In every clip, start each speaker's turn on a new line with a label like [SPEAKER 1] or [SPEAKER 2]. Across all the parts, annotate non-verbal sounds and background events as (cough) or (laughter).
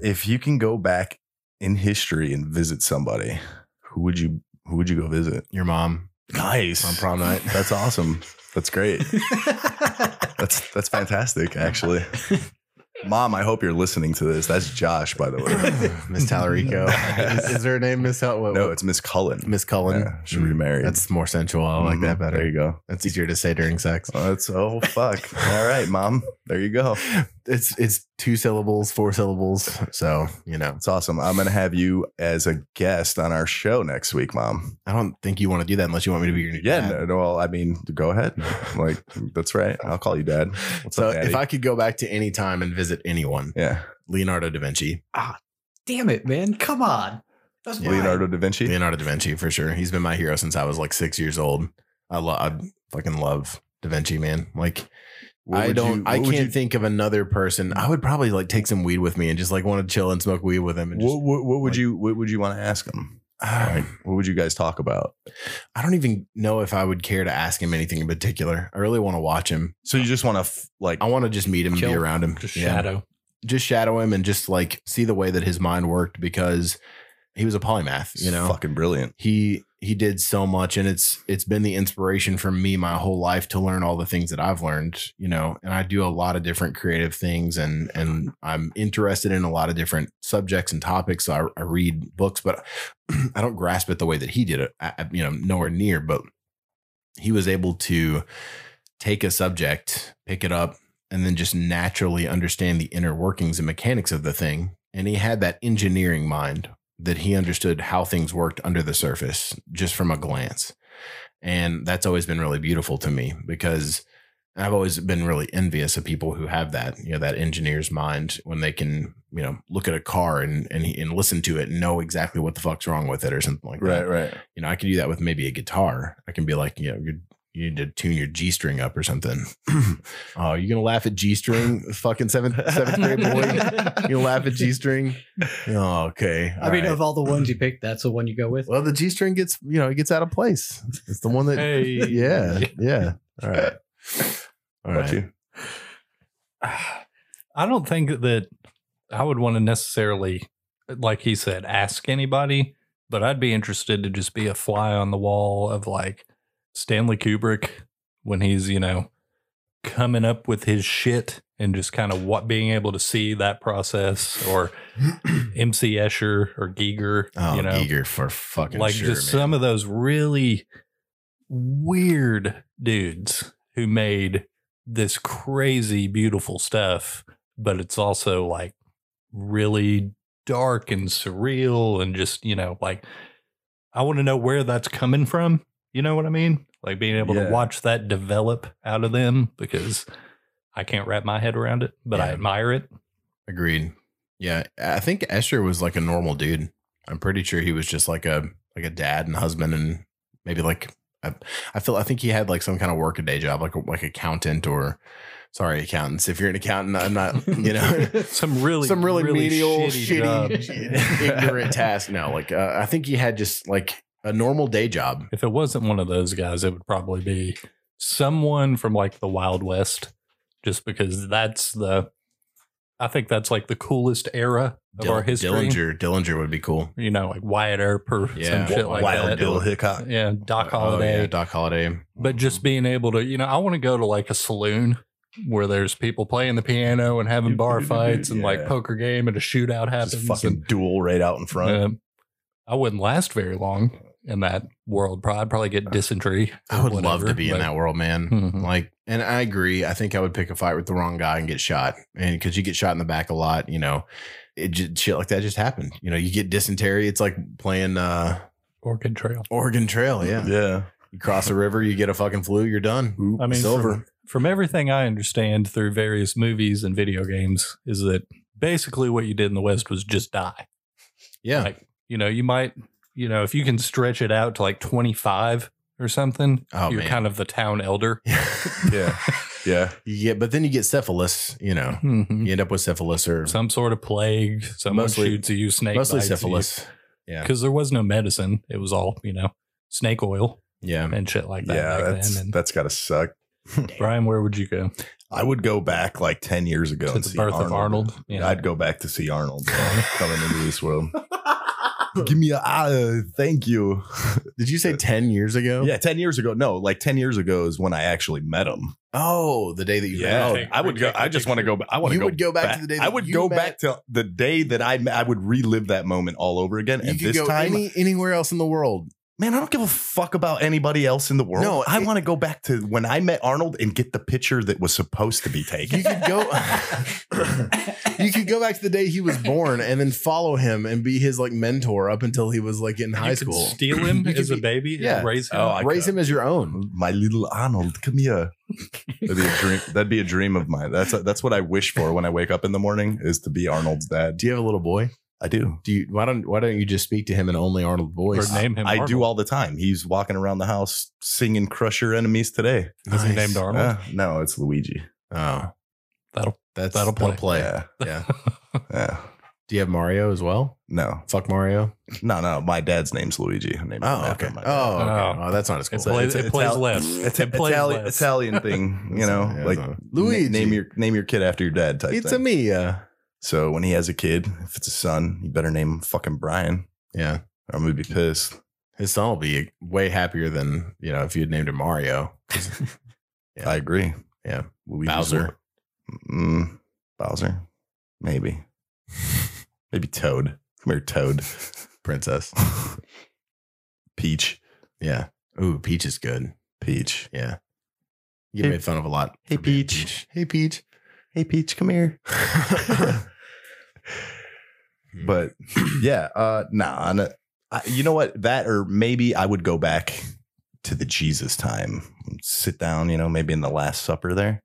[SPEAKER 1] If you can go back in history and visit somebody, who would you who would you go visit?
[SPEAKER 2] Your mom
[SPEAKER 1] Nice.
[SPEAKER 2] on prom
[SPEAKER 1] (laughs)
[SPEAKER 2] night. (laughs)
[SPEAKER 1] That's awesome. That's great. That's that's fantastic,
[SPEAKER 2] (laughs)
[SPEAKER 1] actually. Mom, I hope you're listening to this. That's Josh, by the way.
[SPEAKER 2] Miss Tallarico. is, is her name Miss Hel- what-
[SPEAKER 1] No, it's Miss Cullen.
[SPEAKER 2] Miss Cullen. Mm.
[SPEAKER 1] Yeah, she remarried.
[SPEAKER 2] That's more sensual. I like that
[SPEAKER 1] Mhm. There
[SPEAKER 2] better.
[SPEAKER 1] you go.
[SPEAKER 2] That's easier to say
[SPEAKER 1] (laughs)
[SPEAKER 2] during sex.
[SPEAKER 1] Oh, that's oh fuck. All right, mom. There you go.
[SPEAKER 2] It's it's two syllables, four syllables. So you know,
[SPEAKER 1] It's awesome. I'm gonna have you as a guest on our show next week, mom.
[SPEAKER 2] I don't think you want to do that unless you want me to be your new
[SPEAKER 1] Yeah.
[SPEAKER 2] dad.
[SPEAKER 1] No, no, well, I mean, go ahead. Like that's right. I'll call you dad. What's
[SPEAKER 2] So
[SPEAKER 1] up, daddy?
[SPEAKER 2] if I could go back to any time and visit anyone,
[SPEAKER 1] eh? yeah.
[SPEAKER 2] Leonardo da Vinci,
[SPEAKER 3] Damn it, man. Come
[SPEAKER 2] (laughs)
[SPEAKER 3] on. That's
[SPEAKER 2] Yeah.
[SPEAKER 3] mine.
[SPEAKER 1] Leonardo da Vinci.
[SPEAKER 2] Leonardo da Vinci for sure. He's been my hero since I was like six years old. I love, I fucking love da Vinci, man. Like
[SPEAKER 1] What
[SPEAKER 2] I
[SPEAKER 1] would
[SPEAKER 2] don't,
[SPEAKER 1] you-
[SPEAKER 2] I
[SPEAKER 1] what would
[SPEAKER 2] can't
[SPEAKER 1] you-
[SPEAKER 2] think of another person. I would probably like take some weed with me and just like want to chill and smoke weed with him. And just,
[SPEAKER 1] What, what, what would
[SPEAKER 2] like-
[SPEAKER 1] you What would you want to ask him? Like, what would you guys talk about?
[SPEAKER 2] I don't even know if I would care to ask him anything in particular. I really want to watch him.
[SPEAKER 1] So you just want to f- like
[SPEAKER 2] I want to just meet him, and be
[SPEAKER 3] Chill.
[SPEAKER 2] around him,
[SPEAKER 3] Just
[SPEAKER 2] Yeah.
[SPEAKER 3] shadow.
[SPEAKER 2] just shadow him, and just like see the way that his mind worked because he was a polymath. You know,
[SPEAKER 1] fucking brilliant.
[SPEAKER 2] he he did so much and it's it's been the inspiration for me my whole life to learn all the things that I've learned, you know, and I do a lot of different creative things and and I'm interested in a lot of different subjects and topics. So I, I read books, but (clears throat) I don't grasp it the way that he did it, I, I- you know, nowhere near, but he was able to take a subject, pick it up, and then just naturally understand the inner workings and mechanics of the thing. And he had that engineering mind that he understood how things worked under the surface just from a glance. And that's always been really beautiful to me because I've always been really envious of people who have that, you know, that engineer's mind when they can, you know, look at a car and and, and listen to it and know exactly what the fuck's wrong with it or something like that
[SPEAKER 1] Right, right.
[SPEAKER 2] you know, I could do that with maybe a guitar. I can be like, you know, you you need to tune your G string up or something. (clears throat) oh, you're gonna laugh at G string, fucking seventh seventh grade boy. You gonna laugh at G string? Oh, okay.
[SPEAKER 3] I mean,
[SPEAKER 2] All right.
[SPEAKER 3] of all
[SPEAKER 2] (laughs)
[SPEAKER 3] the ones you picked, that's the one you go with.
[SPEAKER 2] well, the G string gets you know it gets out of place. It's the one that.
[SPEAKER 3] Hey.
[SPEAKER 2] (laughs) Yeah, yeah. All right. All
[SPEAKER 1] What about
[SPEAKER 2] right.
[SPEAKER 1] you?
[SPEAKER 4] I don't think that I would want to necessarily, like he said, ask anybody, but I'd be interested to just be a fly on the wall of like Stanley Kubrick when he's, you know, coming up with his shit and just kind of what being able to see that process or MC Escher or Giger,
[SPEAKER 2] Oh,
[SPEAKER 4] you know,
[SPEAKER 2] eager for fucking
[SPEAKER 4] like
[SPEAKER 2] sure,
[SPEAKER 4] just
[SPEAKER 2] man.
[SPEAKER 4] some of those really weird dudes who made this crazy beautiful stuff but it's also like really dark and surreal and just you know like i want to know where that's coming from you know what i mean like being able
[SPEAKER 1] Yeah.
[SPEAKER 4] to watch that develop out of them because i can't wrap my head around it but i
[SPEAKER 2] Yeah.
[SPEAKER 4] admire it
[SPEAKER 2] Agreed. Yeah, I think Escher was like a normal dude. I'm pretty sure he was just like a like a dad and husband and maybe like I, I feel I think he had like some kind of work a day job like a, like accountant or sorry accountants if you're an accountant I'm
[SPEAKER 4] (laughs)
[SPEAKER 2] not you
[SPEAKER 3] (laughs)
[SPEAKER 2] know
[SPEAKER 4] some really
[SPEAKER 2] (laughs) some really, menial
[SPEAKER 4] job.
[SPEAKER 2] shitty ignorant task no like uh, I think he had just like a normal day job
[SPEAKER 4] If it wasn't one of those guys, it would probably be someone from like the Wild West, just because that's the, I think that's like the coolest era of
[SPEAKER 2] Dill-
[SPEAKER 4] our history.
[SPEAKER 2] Dillinger Dillinger would be cool
[SPEAKER 4] You know, like Wyatt Earp or
[SPEAKER 2] Yeah.
[SPEAKER 4] some shit like
[SPEAKER 1] Wild
[SPEAKER 4] that.
[SPEAKER 1] Bill Hickok.
[SPEAKER 4] Yeah, Doc
[SPEAKER 2] Oh,
[SPEAKER 4] Holiday.
[SPEAKER 2] yeah, Doc Holiday
[SPEAKER 4] But just being able to, you know, I want to go to like a saloon where there's people playing the piano and having
[SPEAKER 2] (laughs)
[SPEAKER 4] bar fights and like
[SPEAKER 1] Yeah.
[SPEAKER 4] poker game and a shootout happens.
[SPEAKER 1] Just
[SPEAKER 4] and-
[SPEAKER 1] fucking duel right out in front.
[SPEAKER 4] um, I wouldn't last very long in that world. Probably, I'd probably get dysentery.
[SPEAKER 2] I
[SPEAKER 4] or
[SPEAKER 2] would love to
[SPEAKER 4] whatever,
[SPEAKER 2] be in
[SPEAKER 4] but-
[SPEAKER 2] that world man
[SPEAKER 4] (laughs) Mhm.
[SPEAKER 2] Like, and I agree. I think I would pick a fight with the wrong guy and get shot, and because you get shot in the back a lot, you know, it just, shit like that just happened. You know, you get dysentery. It's like playing uh
[SPEAKER 4] Orchid Trail.
[SPEAKER 2] Oregon Trail. Yeah,
[SPEAKER 1] Oh, yeah.
[SPEAKER 2] you cross a river, you get a fucking flu, you're done.
[SPEAKER 4] I mean,
[SPEAKER 2] it's over.
[SPEAKER 4] From, from everything I understand through various movies and video games, is that basically what you did in the West was just die.
[SPEAKER 2] Yeah,
[SPEAKER 4] Like, you know, you might, you know, if you can stretch it out to like 25 or something,
[SPEAKER 2] Oh,
[SPEAKER 4] you're
[SPEAKER 2] man.
[SPEAKER 4] kind of the town elder.
[SPEAKER 1] Yeah. Yeah.
[SPEAKER 2] (laughs) you get, but then you get syphilis. You know,
[SPEAKER 4] Mhm.
[SPEAKER 2] you end up with syphilis or
[SPEAKER 4] Some sort of plague,
[SPEAKER 2] Mm-hmm.
[SPEAKER 4] someone
[SPEAKER 2] Mostly-
[SPEAKER 4] shoots you, snake
[SPEAKER 2] mostly syphilis. Yeah,
[SPEAKER 4] Because there was no medicine. It was all, you know, snake oil.
[SPEAKER 2] Yeah.
[SPEAKER 4] and shit like that
[SPEAKER 1] yeah,
[SPEAKER 4] back
[SPEAKER 1] that's
[SPEAKER 4] then. And
[SPEAKER 1] that's gotta suck.
[SPEAKER 4] Brian, where would you go?
[SPEAKER 1] I would go back like ten years ago
[SPEAKER 4] To
[SPEAKER 1] and
[SPEAKER 4] the
[SPEAKER 1] see
[SPEAKER 4] birth
[SPEAKER 1] Arnold.
[SPEAKER 4] of Arnold. Yeah.
[SPEAKER 1] I'd go back to see Arnold uh, coming into this world. Give me a uh, thank you.
[SPEAKER 2] Did you say 10 years ago?
[SPEAKER 1] Yeah, ten years ago. No, like ten years ago is when I actually met him.
[SPEAKER 2] Oh, the day that you
[SPEAKER 1] Yeah,
[SPEAKER 4] gotta
[SPEAKER 1] Oh,
[SPEAKER 4] take-
[SPEAKER 1] I would go.
[SPEAKER 4] take the
[SPEAKER 1] I just want to
[SPEAKER 4] picture.
[SPEAKER 1] go. ba- I want
[SPEAKER 2] You
[SPEAKER 1] go.
[SPEAKER 2] would go back to the day
[SPEAKER 1] I
[SPEAKER 2] that
[SPEAKER 1] would
[SPEAKER 2] you
[SPEAKER 1] go
[SPEAKER 2] met-
[SPEAKER 1] back to the day that I met- I would relive that moment all over again.
[SPEAKER 2] You
[SPEAKER 1] and
[SPEAKER 2] could
[SPEAKER 1] this
[SPEAKER 2] go
[SPEAKER 1] time,
[SPEAKER 2] any, anywhere else in the world.
[SPEAKER 1] man, I don't give a fuck about anybody else in the world.
[SPEAKER 2] No,
[SPEAKER 1] I
[SPEAKER 2] it-
[SPEAKER 1] want to go back to when I met Arnold and get the picture that was supposed to be taken.
[SPEAKER 2] You could
[SPEAKER 3] (laughs)
[SPEAKER 2] go You could go back to the day he was born and then follow him and be his like mentor up until he was like in high
[SPEAKER 4] you could
[SPEAKER 2] school. (clears throat)
[SPEAKER 4] steal him
[SPEAKER 2] You could
[SPEAKER 4] as a
[SPEAKER 2] be- uh,
[SPEAKER 4] baby
[SPEAKER 2] yeah.
[SPEAKER 4] and raise him.
[SPEAKER 1] Oh, I-
[SPEAKER 2] Raise him as your own.
[SPEAKER 1] My little Arnold, come here. That'd be a dream. That'd be a dream of mine. That's that's what I wish for when I wake up in the morning is to be Arnold's dad.
[SPEAKER 2] Do you have a little boy?
[SPEAKER 1] I do.
[SPEAKER 2] Do you why don't why don't you just speak to him in only Arnold voice?
[SPEAKER 4] or name him.
[SPEAKER 1] I do
[SPEAKER 4] Arnold.
[SPEAKER 1] all the time. He's walking around the house singing "Crush Your Enemies" today.
[SPEAKER 4] Is he
[SPEAKER 2] Nice.
[SPEAKER 4] named Arnold?
[SPEAKER 1] Uh, no, it's Luigi.
[SPEAKER 2] Oh.
[SPEAKER 4] That'll-
[SPEAKER 2] that's
[SPEAKER 4] that'll play.
[SPEAKER 1] Yeah,
[SPEAKER 2] Yeah.
[SPEAKER 1] yeah.
[SPEAKER 2] Do you have Mario as well?
[SPEAKER 1] No,
[SPEAKER 2] Fuck Mario.
[SPEAKER 1] no, no. My dad's name's Luigi. I named him after my dad.
[SPEAKER 2] Oh, okay.
[SPEAKER 4] Oh.
[SPEAKER 2] Oh, that's not as cool.
[SPEAKER 4] It plays,
[SPEAKER 1] it's-
[SPEAKER 4] it plays
[SPEAKER 1] Ital-
[SPEAKER 4] less.
[SPEAKER 1] It's
[SPEAKER 4] it plays
[SPEAKER 1] Italian,
[SPEAKER 4] less.
[SPEAKER 1] Italian thing, you (laughs)
[SPEAKER 2] That's
[SPEAKER 1] know,
[SPEAKER 2] not- yeah,
[SPEAKER 1] like
[SPEAKER 2] that's not-
[SPEAKER 1] Louis.
[SPEAKER 2] Luigi.
[SPEAKER 1] Name your name your kid after your dad type
[SPEAKER 2] It's a
[SPEAKER 1] thing.
[SPEAKER 2] me.
[SPEAKER 1] so when he has a kid, if it's a son, you better name him fucking Brian.
[SPEAKER 2] Yeah.
[SPEAKER 1] Or I'm gonna be pissed.
[SPEAKER 2] His son will be way happier than, you know, if you had named him (laughs) Mario. Yeah.
[SPEAKER 1] I agree.
[SPEAKER 2] Yeah.
[SPEAKER 1] Luigi's
[SPEAKER 2] Bowser.
[SPEAKER 1] one- Mm, Bowser. Maybe. (laughs) Maybe Toad. Come here, (laughs) Toad.
[SPEAKER 2] Princess.
[SPEAKER 1] Peach.
[SPEAKER 2] Yeah. Ooh, Peach is good.
[SPEAKER 1] Peach.
[SPEAKER 2] Yeah. You get
[SPEAKER 1] Hey-
[SPEAKER 2] made fun of a lot.
[SPEAKER 1] hey,
[SPEAKER 2] for being
[SPEAKER 1] Peach.
[SPEAKER 2] Hey, Peach.
[SPEAKER 1] Hey, Peach, come here. (laughs) but (clears throat) yeah, uh, nah. n- I- you know what? That or maybe I would go back to the Jesus time. Sit down, you know, maybe in the Last Supper there.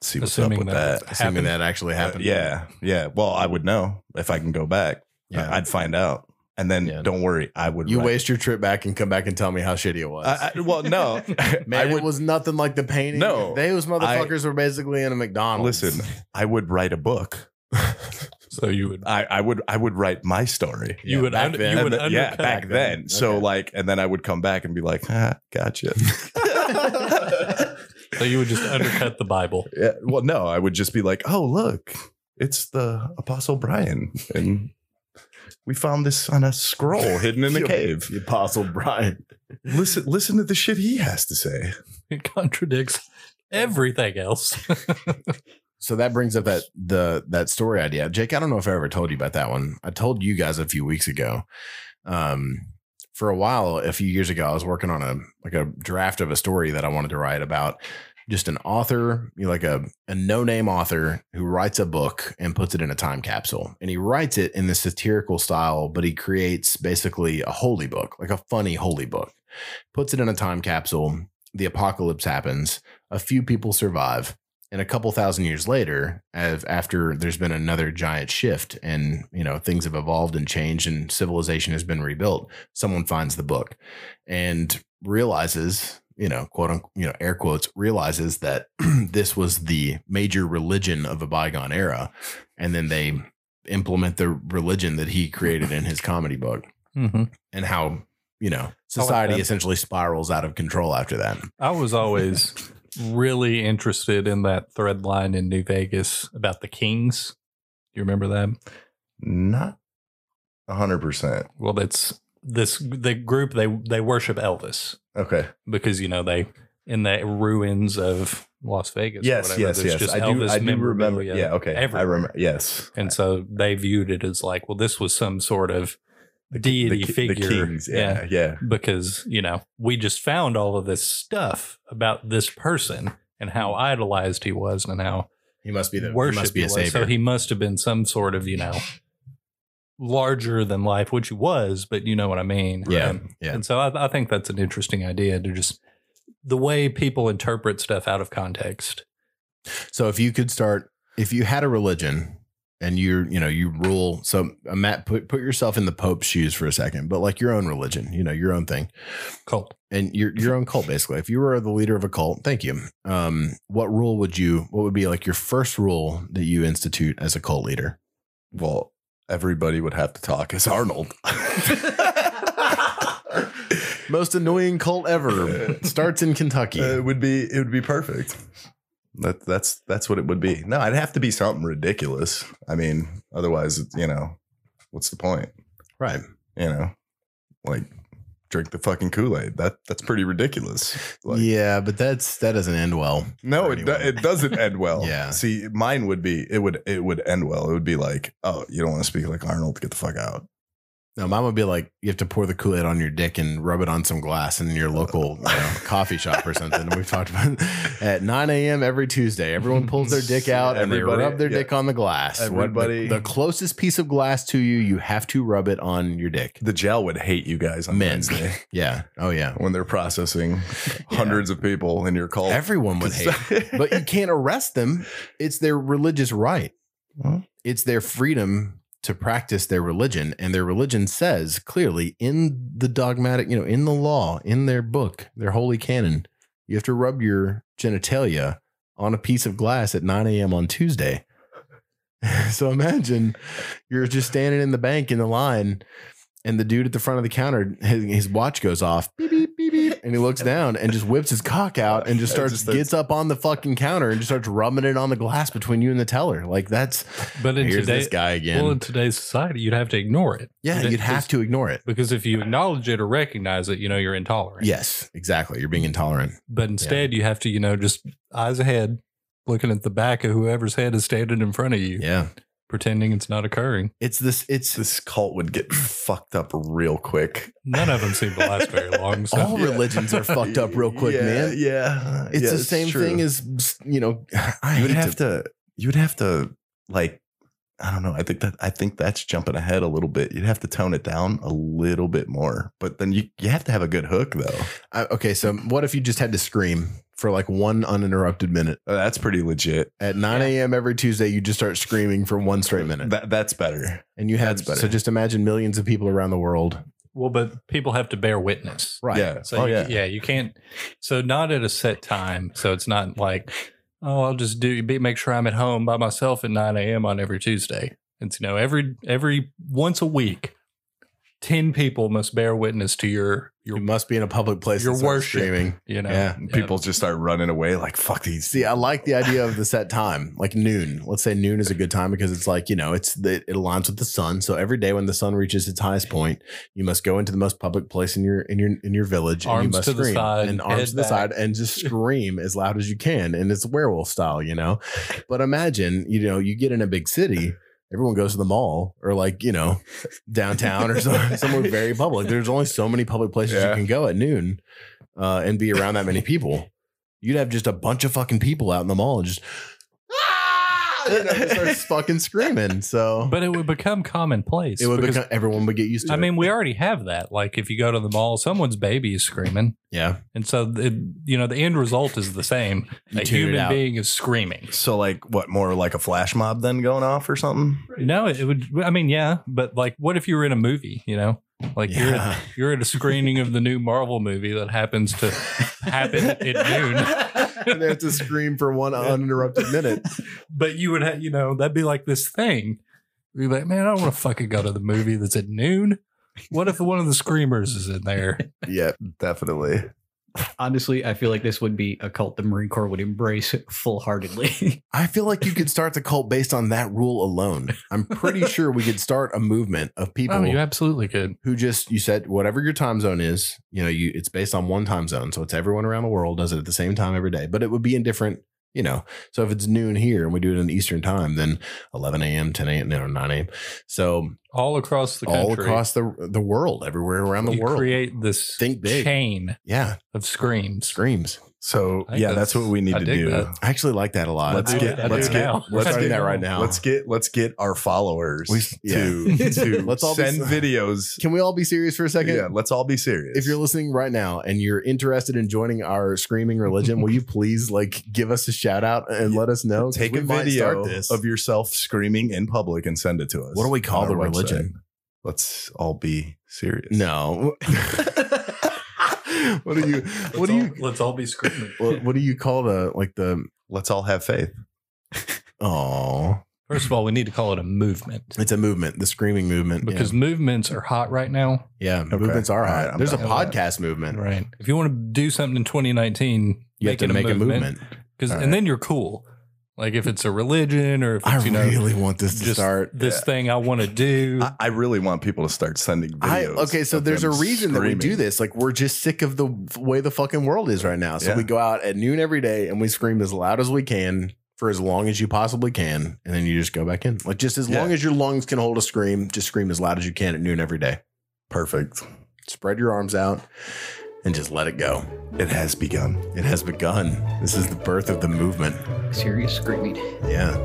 [SPEAKER 1] See what's
[SPEAKER 4] Assuming
[SPEAKER 1] up with
[SPEAKER 4] that
[SPEAKER 1] that.
[SPEAKER 2] Assuming
[SPEAKER 4] Happened.
[SPEAKER 2] that actually happened.
[SPEAKER 1] Uh, yeah, yeah. Well, I would know if I can go back.
[SPEAKER 2] Yeah.
[SPEAKER 1] I'd find out, and then
[SPEAKER 2] Yeah.
[SPEAKER 1] don't worry, I would.
[SPEAKER 2] you
[SPEAKER 1] write-
[SPEAKER 2] waste your trip back and come back and tell me how shitty it was.
[SPEAKER 1] (laughs) I, I, well, no,
[SPEAKER 2] (laughs) Man,
[SPEAKER 1] I
[SPEAKER 2] it
[SPEAKER 1] would
[SPEAKER 2] was nothing like the painting.
[SPEAKER 1] No.
[SPEAKER 2] Those motherfuckers were basically in a McDonald's.
[SPEAKER 1] listen. I would write a book.
[SPEAKER 4] So you would.
[SPEAKER 1] I, I would I would write my story.
[SPEAKER 4] You
[SPEAKER 2] Yeah,
[SPEAKER 4] would.
[SPEAKER 2] back
[SPEAKER 4] Under,
[SPEAKER 2] then.
[SPEAKER 4] you
[SPEAKER 1] And
[SPEAKER 4] would
[SPEAKER 1] th- yeah,
[SPEAKER 4] undercut.
[SPEAKER 1] back
[SPEAKER 2] Back
[SPEAKER 1] then.
[SPEAKER 2] then.
[SPEAKER 1] So
[SPEAKER 2] (laughs) Okay.
[SPEAKER 1] like, (laughs) and then I would come back and be like, ah, gotcha.
[SPEAKER 4] So you would just undercut the Bible.
[SPEAKER 1] Yeah, well, no, I would just be like, oh look, it's the Apostle Brian, and we found this on a
[SPEAKER 2] (laughs)
[SPEAKER 1] scroll hidden in a cave.
[SPEAKER 2] The Apostle Brian.
[SPEAKER 1] Listen, listen to the shit he has to say.
[SPEAKER 4] (laughs) It contradicts everything else. (laughs)
[SPEAKER 2] So that brings up that the that story idea. Jake, I don't know if I ever told you about that one. I told you guys a few weeks ago. Um for a while, a few years ago, I was working on a like a draft of a story that I wanted to write about just an author, you know, like a, a no-name author who writes a book and puts it in a time capsule. And he writes it in the satirical style, but he creates basically a holy book, like a funny holy book. Puts it in a time capsule, the apocalypse happens, a few people survive, and a couple thousand years later, as after there's been another giant shift and you know things have evolved and changed and civilization has been rebuilt, someone finds the book and realizes, you know, quote unquote, you know, air quotes, realizes that (clears throat) this was the major religion of a bygone era, and then they implement the religion that he created in his comedy book
[SPEAKER 1] Mm-hmm.
[SPEAKER 4] hmm
[SPEAKER 2] and how you know society
[SPEAKER 4] that.
[SPEAKER 2] essentially spirals out of control after that.
[SPEAKER 4] I was always really interested in that thread line in New Vegas about the kings. You remember that?
[SPEAKER 1] Not hundred percent.
[SPEAKER 4] Well, that's this the group they they worship Elvis
[SPEAKER 1] Okay.
[SPEAKER 4] because you know they in the ruins of Las Vegas. or
[SPEAKER 1] Yes,
[SPEAKER 4] whatever,
[SPEAKER 1] yes,
[SPEAKER 4] there's
[SPEAKER 1] yes.
[SPEAKER 4] just
[SPEAKER 1] I do.
[SPEAKER 4] Elvis
[SPEAKER 1] I do remember.
[SPEAKER 4] memorabilia.
[SPEAKER 1] Yeah. Okay. I
[SPEAKER 4] everywhere.
[SPEAKER 1] remember. Yes.
[SPEAKER 4] And so they viewed it as like, well, this was some sort of deity
[SPEAKER 1] ki-
[SPEAKER 4] figure.
[SPEAKER 1] kings. Yeah. Yeah.
[SPEAKER 4] Because, you know, we just found all of this stuff about this person and how idolized he was and how
[SPEAKER 2] He must be the he
[SPEAKER 4] worshipped
[SPEAKER 2] must
[SPEAKER 4] he
[SPEAKER 2] be a
[SPEAKER 4] was.
[SPEAKER 2] savior.
[SPEAKER 4] So he must have been some sort of, you know, larger than life, which he was, but you know what I mean.
[SPEAKER 2] yeah,
[SPEAKER 4] And,
[SPEAKER 2] yeah.
[SPEAKER 4] and so I, I think that's an interesting idea to just the way people interpret stuff out of context.
[SPEAKER 2] So if you could start, if you had a religion and you're, you know, you rule. So uh, Matt, put put yourself in the Pope's shoes for a second, but like your own religion, you know, your own thing,
[SPEAKER 4] Cult.
[SPEAKER 2] and your your own cult, basically. If you were the leader of a cult, thank you. Um, what rule would you? What would be like your first rule that you institute as a cult leader?
[SPEAKER 1] Well, everybody would have to talk as Arnold.
[SPEAKER 2] (laughs) Most annoying
[SPEAKER 1] (laughs)
[SPEAKER 2] cult ever starts in Kentucky.
[SPEAKER 1] Uh, it would be it would be perfect. That that's that's what it would be. No, it'd have to be something ridiculous. I mean, otherwise, it's, you know, what's the point?
[SPEAKER 2] right.
[SPEAKER 1] You know, like drink the fucking Kool Aid. That that's pretty ridiculous. Like,
[SPEAKER 2] yeah, but that's that doesn't end well.
[SPEAKER 1] No,
[SPEAKER 2] for
[SPEAKER 1] it do,
[SPEAKER 2] anyone.
[SPEAKER 1] it doesn't end (laughs) well.
[SPEAKER 2] Yeah.
[SPEAKER 1] See, mine would be it would it would end well. It would be like, oh, you don't want to speak like Arnold. Get the fuck out.
[SPEAKER 2] No, mine would be like you have to pour the Kool Aid on your dick and rub it on some glass in your local you
[SPEAKER 1] (laughs)
[SPEAKER 2] know, coffee shop or something. We've talked about (laughs) it. at 9 a.m. every Tuesday. Everyone pulls their
[SPEAKER 1] (laughs)
[SPEAKER 2] dick out and they
[SPEAKER 1] Everybody-
[SPEAKER 2] rub their
[SPEAKER 1] yeah.
[SPEAKER 2] dick on the glass. What- the-
[SPEAKER 1] Everybody-
[SPEAKER 2] the, closest piece of glass to you, you have to rub it on your dick.
[SPEAKER 1] The jail would hate you guys on
[SPEAKER 2] Men.
[SPEAKER 1] Wednesday
[SPEAKER 2] (laughs) Yeah. Oh yeah.
[SPEAKER 1] when they're (laughs) processing hundreds of people in your cult. (laughs)
[SPEAKER 2] Everyone would hate. it. But you can't arrest them. It's their religious right.
[SPEAKER 1] Well.
[SPEAKER 2] It's their freedom to practice their religion, and their religion says clearly in the dogmatic, you know, in the law, in their book, their holy canon, you have to rub your genitalia on a piece of glass at 9 a.m. on Tuesday. (laughs) so imagine you're just standing in the bank in the line, and the dude at the front of the counter, his, his watch goes off, beep, beep, beep, beep, and he looks down and just whips his cock out and just
[SPEAKER 1] (laughs) It
[SPEAKER 2] starts
[SPEAKER 1] just starts-
[SPEAKER 2] gets up on the fucking counter and just starts rubbing it on the glass between you and the teller. Like that's
[SPEAKER 4] But in
[SPEAKER 2] here's
[SPEAKER 4] today,
[SPEAKER 2] this guy again.
[SPEAKER 4] well, in today's society, you'd have to ignore it.
[SPEAKER 2] yeah,
[SPEAKER 4] That-
[SPEAKER 2] you'd have to ignore it.
[SPEAKER 4] because if you acknowledge it or recognize it, you know you're intolerant.
[SPEAKER 2] Yes, exactly. You're being intolerant.
[SPEAKER 4] But instead, you have to, you know, just eyes ahead, looking at the back of whoever's head is standing in front of you,
[SPEAKER 2] Yeah,
[SPEAKER 4] pretending it's not occurring.
[SPEAKER 2] it's this. It's
[SPEAKER 1] this cult would get fucked up real quick.
[SPEAKER 4] None of them seem to last very long.
[SPEAKER 2] (laughs)
[SPEAKER 4] So
[SPEAKER 2] All religions are fucked up real quick,
[SPEAKER 1] Yeah,
[SPEAKER 2] man.
[SPEAKER 1] Yeah,
[SPEAKER 2] it's
[SPEAKER 1] Yeah,
[SPEAKER 2] the same
[SPEAKER 1] true. (sighs)
[SPEAKER 2] thing as you know. I
[SPEAKER 1] you would
[SPEAKER 2] hate
[SPEAKER 1] have to, You would have to like. I don't know. I think that I think that's jumping ahead a little bit. You'd have to tone it down a little bit more, but then you you have to have a good hook though.
[SPEAKER 2] I, okay, so what if you just had to scream for like one uninterrupted minute
[SPEAKER 1] Uh, That's pretty legit.
[SPEAKER 2] at 9 a.m. every Tuesday? You just start screaming for one straight minute,
[SPEAKER 1] That that's better.
[SPEAKER 2] and you had
[SPEAKER 1] that's better.
[SPEAKER 2] so just imagine millions of people around the world.
[SPEAKER 4] well, but people have to bear witness.
[SPEAKER 2] Right.
[SPEAKER 1] Yeah.
[SPEAKER 4] So
[SPEAKER 1] oh
[SPEAKER 4] you,
[SPEAKER 1] yeah.
[SPEAKER 4] yeah, you can't. So not at a set time. So it's not like, oh, I'll just do be, make sure I'm at home by myself at 9 a.m. on every Tuesday. It's you know every every once a week, ten people must bear witness to your
[SPEAKER 2] You
[SPEAKER 4] your
[SPEAKER 2] must be in a public place.
[SPEAKER 4] Your
[SPEAKER 2] and start
[SPEAKER 4] worship.
[SPEAKER 2] Screaming.
[SPEAKER 4] you know
[SPEAKER 2] Yeah.
[SPEAKER 1] People just start running away like fuck these.
[SPEAKER 2] See, I like the idea of the set time, like noon. Let's say noon is a good time because it's like, you know, it's the, it aligns with the sun. So every day when the sun reaches its highest point, you must go into the most public place in your in your in your village and you
[SPEAKER 4] Arms
[SPEAKER 2] must
[SPEAKER 4] to the
[SPEAKER 2] scream
[SPEAKER 4] side,
[SPEAKER 2] and arms
[SPEAKER 4] head
[SPEAKER 2] to the
[SPEAKER 4] back.
[SPEAKER 2] side and
[SPEAKER 4] (laughs)
[SPEAKER 2] just scream as loud as you can. And it's werewolf style, you know. But imagine, you know, you get in a big city. Everyone goes to the mall or like, you know, downtown or some- (laughs) somewhere very public. There's only so many public places
[SPEAKER 1] Yeah.
[SPEAKER 2] you can go at noon uh, and be around that many people. You'd have just a bunch of fucking people out in the mall and (laughs) just, ah! you know, just starts (laughs) fucking screaming. So
[SPEAKER 4] But it would become commonplace.
[SPEAKER 2] it would
[SPEAKER 4] because-
[SPEAKER 2] become, everyone would get used to
[SPEAKER 4] I
[SPEAKER 2] it.
[SPEAKER 4] mean, we already have that. Like, if you go to the mall, someone's baby is screaming,
[SPEAKER 2] yeah.
[SPEAKER 4] and so it, you know the end result is the same.
[SPEAKER 2] You
[SPEAKER 4] a
[SPEAKER 2] tune it
[SPEAKER 4] human
[SPEAKER 2] out.
[SPEAKER 4] being is screaming.
[SPEAKER 1] So like what more like a flash mob then going off or something?
[SPEAKER 4] No, it would. I mean, yeah, but like, what if you were in a movie? You know, like you're at,
[SPEAKER 2] Yeah.
[SPEAKER 4] you're at a screening of the new Marvel movie that happens to
[SPEAKER 2] (laughs)
[SPEAKER 4] happen at noon,
[SPEAKER 2] (laughs) And they have to scream for one uninterrupted minute.
[SPEAKER 4] but you would, ha- you know, that'd be like this thing. You'd be like, man, I don't want to fucking go to the movie that's at noon. What if one of the screamers is in there?
[SPEAKER 1] Yeah, definitely.
[SPEAKER 3] (laughs) Honestly, I feel like this would be a cult the Marine Corps would embrace full heartedly.
[SPEAKER 2] I feel like you could start the cult based on that rule alone. I'm pretty
[SPEAKER 4] (laughs)
[SPEAKER 2] sure we could start a movement of people.
[SPEAKER 4] Oh, you absolutely could.
[SPEAKER 2] who just you said whatever your time zone is, you know, you it's based on one time zone, so it's everyone around the world does it at the same time every day, but it would be in different, you know. So if it's noon here and we do it in Eastern time, then 11 a.m., 10 a.m., no, 9 a.m. So
[SPEAKER 4] all across the country.
[SPEAKER 2] all across the the world, everywhere around the
[SPEAKER 4] you
[SPEAKER 2] world,
[SPEAKER 4] create this
[SPEAKER 2] Think big.
[SPEAKER 4] chain
[SPEAKER 2] yeah,
[SPEAKER 4] of screams.
[SPEAKER 2] screams.
[SPEAKER 1] So
[SPEAKER 4] I think
[SPEAKER 1] yeah, that's,
[SPEAKER 4] that's-
[SPEAKER 1] what we need
[SPEAKER 4] I
[SPEAKER 1] to
[SPEAKER 4] dig
[SPEAKER 1] do.
[SPEAKER 4] that.
[SPEAKER 2] I actually like that a lot.
[SPEAKER 1] Let's
[SPEAKER 4] I
[SPEAKER 1] get
[SPEAKER 4] would- I
[SPEAKER 1] let's
[SPEAKER 4] do
[SPEAKER 1] get
[SPEAKER 4] now.
[SPEAKER 1] let's
[SPEAKER 2] I do
[SPEAKER 1] get
[SPEAKER 2] that right now.
[SPEAKER 1] Let's get let's get our followers
[SPEAKER 2] We-
[SPEAKER 1] to to
[SPEAKER 2] (laughs) Let's all be-
[SPEAKER 1] send videos.
[SPEAKER 2] Can we all be serious for a second?
[SPEAKER 1] Yeah, let's all be serious.
[SPEAKER 2] if you're listening right now and you're interested in joining our screaming religion,
[SPEAKER 4] (laughs)
[SPEAKER 2] will you please like give us a shout out and let us know? 'Cause
[SPEAKER 1] take
[SPEAKER 2] we
[SPEAKER 1] a
[SPEAKER 2] might
[SPEAKER 1] video of yourself screaming in public and send it to us.
[SPEAKER 2] What do we call
[SPEAKER 1] on
[SPEAKER 2] the
[SPEAKER 1] our website.
[SPEAKER 2] religion?
[SPEAKER 1] Let's all be serious. (laughs)
[SPEAKER 2] No. (laughs) what do you what do you
[SPEAKER 4] let's all be screaming.
[SPEAKER 2] (laughs) what, what do you call the like the
[SPEAKER 1] Let's all have faith.
[SPEAKER 2] oh
[SPEAKER 4] (laughs) First of all, we need to call it a movement
[SPEAKER 2] It's a movement, the screaming movement.
[SPEAKER 4] because movements are hot right now.
[SPEAKER 2] yeah, Yeah,
[SPEAKER 1] Okay.
[SPEAKER 2] movements are
[SPEAKER 1] All
[SPEAKER 2] hot.
[SPEAKER 1] right, I'm
[SPEAKER 2] There's a
[SPEAKER 1] down
[SPEAKER 4] with
[SPEAKER 2] podcast movement.
[SPEAKER 4] Right. If you want to do something in 2019,
[SPEAKER 2] You have to make a movement.
[SPEAKER 4] Because
[SPEAKER 1] All right.
[SPEAKER 4] and then you're cool. Like if it's a religion or if it's,
[SPEAKER 2] I
[SPEAKER 4] you know
[SPEAKER 2] really want this to
[SPEAKER 4] just
[SPEAKER 2] start.
[SPEAKER 4] this
[SPEAKER 1] Yeah.
[SPEAKER 4] thing I want to do.
[SPEAKER 1] I, I really want people to start sending
[SPEAKER 2] I,
[SPEAKER 1] videos.
[SPEAKER 2] okay, so
[SPEAKER 1] of
[SPEAKER 2] there's a
[SPEAKER 1] them
[SPEAKER 2] reason that we do
[SPEAKER 1] screaming.
[SPEAKER 2] this. Like we're just sick of the f- way the fucking world is right now. So
[SPEAKER 1] Yeah.
[SPEAKER 2] we go out at noon every day and we scream as loud as we can for as long as you possibly can, and then you just go back in. Like just as
[SPEAKER 1] Yeah.
[SPEAKER 2] long as your lungs can hold a scream, just scream as loud as you can at noon every day.
[SPEAKER 1] Perfect.
[SPEAKER 2] Spread your arms out and just let it go.
[SPEAKER 1] It has begun.
[SPEAKER 2] It has begun. This is the birth of the movement.
[SPEAKER 3] (laughs) Serious screaming. (laughs)
[SPEAKER 2] Yeah.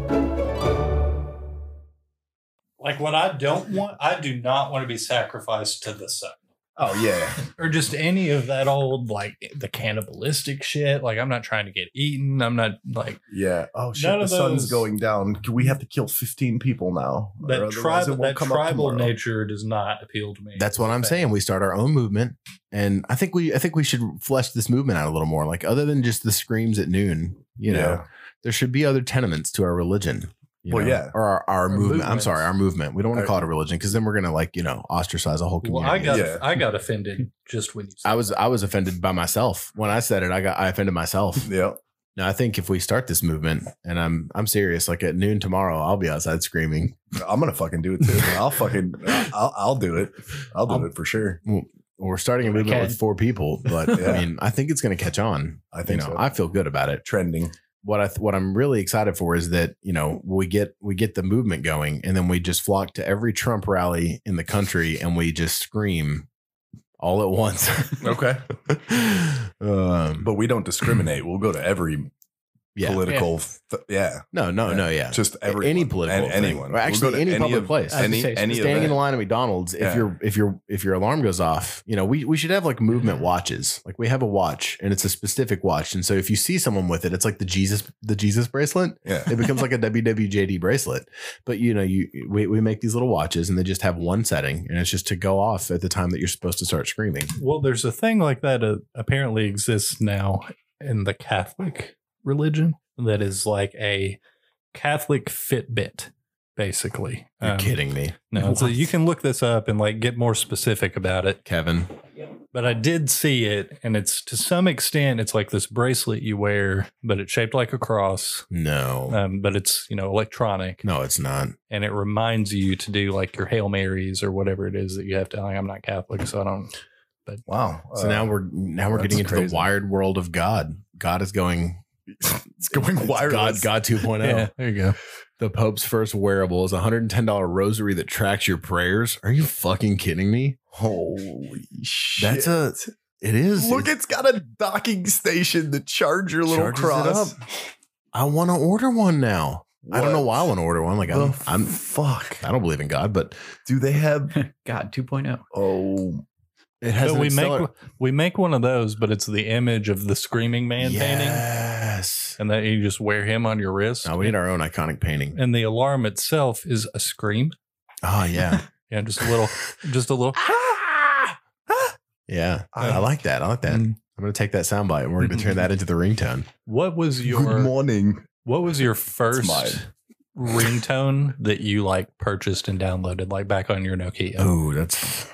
[SPEAKER 4] Like what I don't want, I do not want to be sacrificed to the sun.
[SPEAKER 1] Oh yeah.
[SPEAKER 4] or just any of that old like the cannibalistic shit. Like I'm not trying to get eaten. I'm not like
[SPEAKER 1] (laughs) Yeah. Oh shit!
[SPEAKER 4] None
[SPEAKER 1] the
[SPEAKER 4] of
[SPEAKER 1] sun's
[SPEAKER 4] those-
[SPEAKER 1] going down. We have to kill fifteen people now. or
[SPEAKER 4] that
[SPEAKER 1] otherwise it
[SPEAKER 4] tribal
[SPEAKER 1] won't
[SPEAKER 4] that
[SPEAKER 1] come up
[SPEAKER 4] tribal
[SPEAKER 1] tomorrow.
[SPEAKER 4] nature does not appeal to me.
[SPEAKER 2] That's what I'm saying. We start our own movement. And I think we I think we should flesh this movement out a little more. Like other than just the screams at noon, you know.
[SPEAKER 1] Yeah.
[SPEAKER 2] there should be other tenements to our religion. you
[SPEAKER 1] Well,
[SPEAKER 2] know,
[SPEAKER 1] yeah.
[SPEAKER 2] Or our, our movement. I'm
[SPEAKER 4] movements.
[SPEAKER 2] sorry, our movement. We don't want to
[SPEAKER 1] Right.
[SPEAKER 2] call it a religion because then we're going to like, you know, ostracize a whole
[SPEAKER 4] Well,
[SPEAKER 2] community.
[SPEAKER 4] I got
[SPEAKER 1] Yeah.
[SPEAKER 4] I got offended just when you
[SPEAKER 2] (laughs)
[SPEAKER 4] said
[SPEAKER 2] I was I was offended by myself when I said it. I got I offended
[SPEAKER 1] (laughs)
[SPEAKER 2] myself.
[SPEAKER 1] Yeah.
[SPEAKER 2] now I think if we start this movement, and I'm I'm serious, like at noon tomorrow, I'll be outside screaming.
[SPEAKER 1] I'm gonna fucking do it too. I'll
[SPEAKER 2] (laughs)
[SPEAKER 1] fucking. I'll, I'll do it. I'll do
[SPEAKER 2] I'll-
[SPEAKER 1] it for sure.
[SPEAKER 2] We're starting a
[SPEAKER 3] I
[SPEAKER 2] movement with
[SPEAKER 3] can.
[SPEAKER 1] (laughs)
[SPEAKER 2] four people, but
[SPEAKER 1] Yeah.
[SPEAKER 2] (laughs) I mean, I think it's going to catch on.
[SPEAKER 1] I think
[SPEAKER 2] you know,
[SPEAKER 1] so.
[SPEAKER 2] I feel good about it.
[SPEAKER 1] Trending.
[SPEAKER 2] what I th- what I'm really excited for is that you know we get we get the movement going, and then we just flock to every Trump rally in the country, and we just scream all at once. (laughs)
[SPEAKER 1] Okay.
[SPEAKER 2] um,
[SPEAKER 1] But we don't discriminate. We'll go to every
[SPEAKER 2] yeah,
[SPEAKER 1] political. Yeah. Th- yeah.
[SPEAKER 2] no, no, no, yeah.
[SPEAKER 1] Just every
[SPEAKER 2] any political thing.
[SPEAKER 1] anyone.
[SPEAKER 2] Or actually
[SPEAKER 1] to
[SPEAKER 2] any public
[SPEAKER 1] of-
[SPEAKER 2] place.
[SPEAKER 3] I'd
[SPEAKER 1] Any
[SPEAKER 3] say so.
[SPEAKER 1] any
[SPEAKER 2] Standing in
[SPEAKER 1] event.
[SPEAKER 2] line at McDonald's, if
[SPEAKER 1] Yeah.
[SPEAKER 2] your if your if your alarm goes off, you know we we should have like movement watches. Like we have a watch, and it's a specific watch, and so if you see someone with it, it's like the Jesus the Jesus bracelet.
[SPEAKER 1] Yeah.
[SPEAKER 2] it becomes like a WWJD bracelet. But you know, you we, we make these little watches and they just have one setting and it's just to go off at the time that you're supposed to start screaming.
[SPEAKER 4] Well, there's a thing like that uh, apparently exists now in the Catholic religion that is like a Catholic Fitbit, basically.
[SPEAKER 2] You're
[SPEAKER 4] Um,
[SPEAKER 2] kidding me,
[SPEAKER 4] No, so you can look this up and like get more specific about it.
[SPEAKER 2] Kevin.
[SPEAKER 4] But I did see it, and it's to some extent, it's like this bracelet you wear, but it's shaped like a cross.
[SPEAKER 2] No.
[SPEAKER 1] Uh,
[SPEAKER 4] Um, but it's you know electronic,
[SPEAKER 2] no, it's not.
[SPEAKER 4] and it reminds you to do like your Hail Marys or whatever it is that you have to. Like, I'm not Catholic, so I don't.
[SPEAKER 1] Wow.
[SPEAKER 2] So
[SPEAKER 1] Uh,
[SPEAKER 2] now we're now we're
[SPEAKER 1] that's
[SPEAKER 2] getting into the
[SPEAKER 1] crazy.
[SPEAKER 2] wired world of God. God is going
[SPEAKER 1] (laughs) it's going
[SPEAKER 2] it's
[SPEAKER 1] wireless. (laughs)
[SPEAKER 2] God God 2.0.
[SPEAKER 4] there you go.
[SPEAKER 2] The Pope's first wearable is a $110 rosary that tracks your prayers. Are you fucking kidding me?
[SPEAKER 1] Holy shit.
[SPEAKER 2] That's a it is.
[SPEAKER 1] Look, it's got a docking station to charge your little
[SPEAKER 2] Charges it
[SPEAKER 1] cross.
[SPEAKER 2] up. I want to order one now. I don't know why I
[SPEAKER 1] What
[SPEAKER 2] want to order one. Like I'm,
[SPEAKER 1] the
[SPEAKER 2] I'm,
[SPEAKER 1] fuck.
[SPEAKER 2] I don't believe in God, but
[SPEAKER 1] Do they have?
[SPEAKER 3] God 2.0.
[SPEAKER 1] Oh,
[SPEAKER 2] it has.
[SPEAKER 4] So
[SPEAKER 2] an
[SPEAKER 4] we make
[SPEAKER 2] stellar-
[SPEAKER 4] we make one of those, but it's the image of the screaming man painting,
[SPEAKER 2] Yes.
[SPEAKER 4] and that you just wear him on your wrist.
[SPEAKER 2] No, we need our own iconic painting.
[SPEAKER 4] and the alarm itself is a scream.
[SPEAKER 2] Oh yeah,
[SPEAKER 4] (laughs) Yeah, just a
[SPEAKER 2] (laughs)
[SPEAKER 4] little, just a little.
[SPEAKER 2] yeah. I, I like that. I like that.
[SPEAKER 4] Mm.
[SPEAKER 2] I'm gonna take that soundbite and we're gonna turn that into the (laughs) ringtone.
[SPEAKER 4] What was
[SPEAKER 1] good
[SPEAKER 4] your
[SPEAKER 1] morning.
[SPEAKER 4] What
[SPEAKER 1] (laughs)
[SPEAKER 4] was your first
[SPEAKER 1] mine.
[SPEAKER 4] ringtone that you like purchased and downloaded, like back on your Nokia?
[SPEAKER 2] Oh, that's.